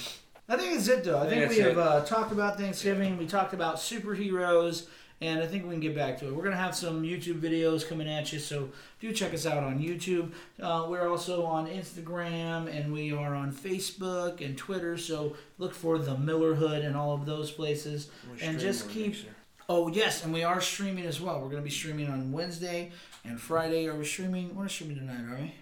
[SPEAKER 1] I think that's it, though. I
[SPEAKER 2] I
[SPEAKER 1] think
[SPEAKER 2] think
[SPEAKER 1] we
[SPEAKER 2] that's
[SPEAKER 1] have
[SPEAKER 2] it.
[SPEAKER 1] uh, talked about Thanksgiving. We talked about superheroes, and I think we can get back to it. We're gonna have some YouTube videos coming at you, so do check us out on YouTube. Uh, we're also on Instagram, and we are on Facebook and Twitter. So look for the Millerhood and all of those places.
[SPEAKER 2] I'm a
[SPEAKER 1] And just
[SPEAKER 2] streamer
[SPEAKER 1] keep-
[SPEAKER 2] mixer.
[SPEAKER 1] Oh yes, and we are streaming as well. We're gonna be streaming on Wednesday and Friday. Are we streaming? We're not streaming tonight, are we?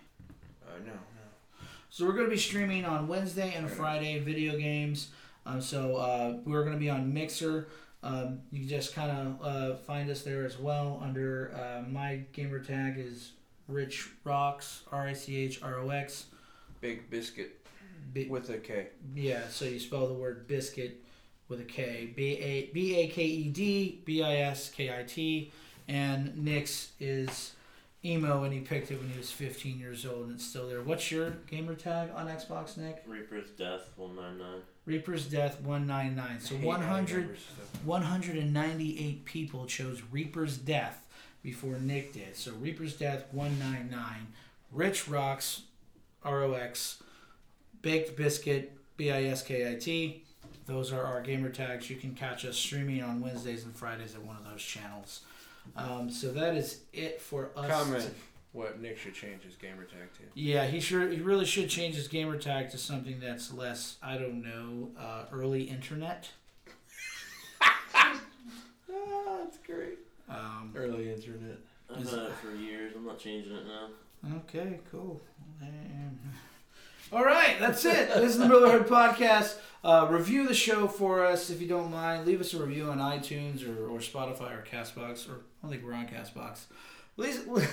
[SPEAKER 2] Uh, no, no.
[SPEAKER 1] So we're gonna be streaming on Wednesday and Friday video games. Um, so uh, we're gonna be on Mixer. Um, you can just kind of uh, find us there as well. Under uh, my gamer tag is Rich Rocks R I C H R O X.
[SPEAKER 2] Big biscuit
[SPEAKER 1] Bi-
[SPEAKER 2] with a K.
[SPEAKER 1] Yeah, so you spell the word biscuit with a K. B A B A K E D B I S K I T. And Nick's is emo, and he picked it when he was 15 years old, and it's still there. What's your gamer tag on Xbox, Nick?
[SPEAKER 4] Reaper's Death 199.
[SPEAKER 1] Reaper's Death 199. So
[SPEAKER 2] I hate
[SPEAKER 1] 100,
[SPEAKER 2] numbers, so.
[SPEAKER 1] 198 people chose Reaper's Death before Nick did. So Reaper's Death 199. Rich Rocks, R O X, Baked Biscuit, B I S K I T. Those are our gamer tags. You can catch us streaming on Wednesdays and Fridays at one of those channels. Um, so that is it for us.
[SPEAKER 2] Comment what Nick should change his gamer tag to.
[SPEAKER 1] Yeah, he sure he really should change his gamer tag to something that's less, I don't know, uh, early internet.
[SPEAKER 2] (laughs) Ah, that's great.
[SPEAKER 1] Um,
[SPEAKER 2] Early internet.
[SPEAKER 4] I've
[SPEAKER 1] Is-
[SPEAKER 4] done it for years. I'm not changing it now.
[SPEAKER 1] Okay, cool. Um, All right, that's it. This is the Brotherhood Podcast. Uh, review the show for us if you don't mind. Leave us a review on iTunes or, or Spotify or Castbox, or I don't think we're on Castbox. Please,
[SPEAKER 2] Whoever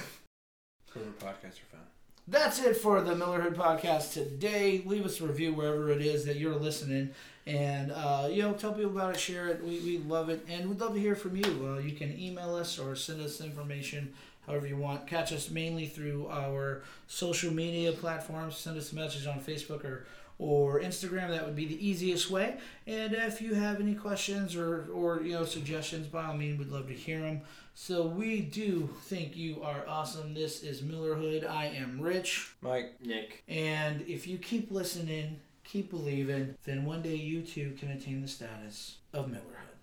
[SPEAKER 2] podcasts are found.
[SPEAKER 1] that's it for the Millerhood Podcast today. Leave us a review wherever it is that you're listening, and uh, you know, tell people about it, share it. We, we love it, and we'd love to hear from you. Uh, you can email us or send us information however you want. Catch us mainly through our social media platforms. Send us a message on Facebook or or Instagram. That would be the easiest way. And if you have any questions or or you know suggestions, by all means, we'd love to hear them. So we do think you are awesome. This is Millerhood. I am Rich.
[SPEAKER 2] Mike,
[SPEAKER 4] Nick.
[SPEAKER 1] And if you keep listening, keep believing, then one day you too can attain the status of Millerhood.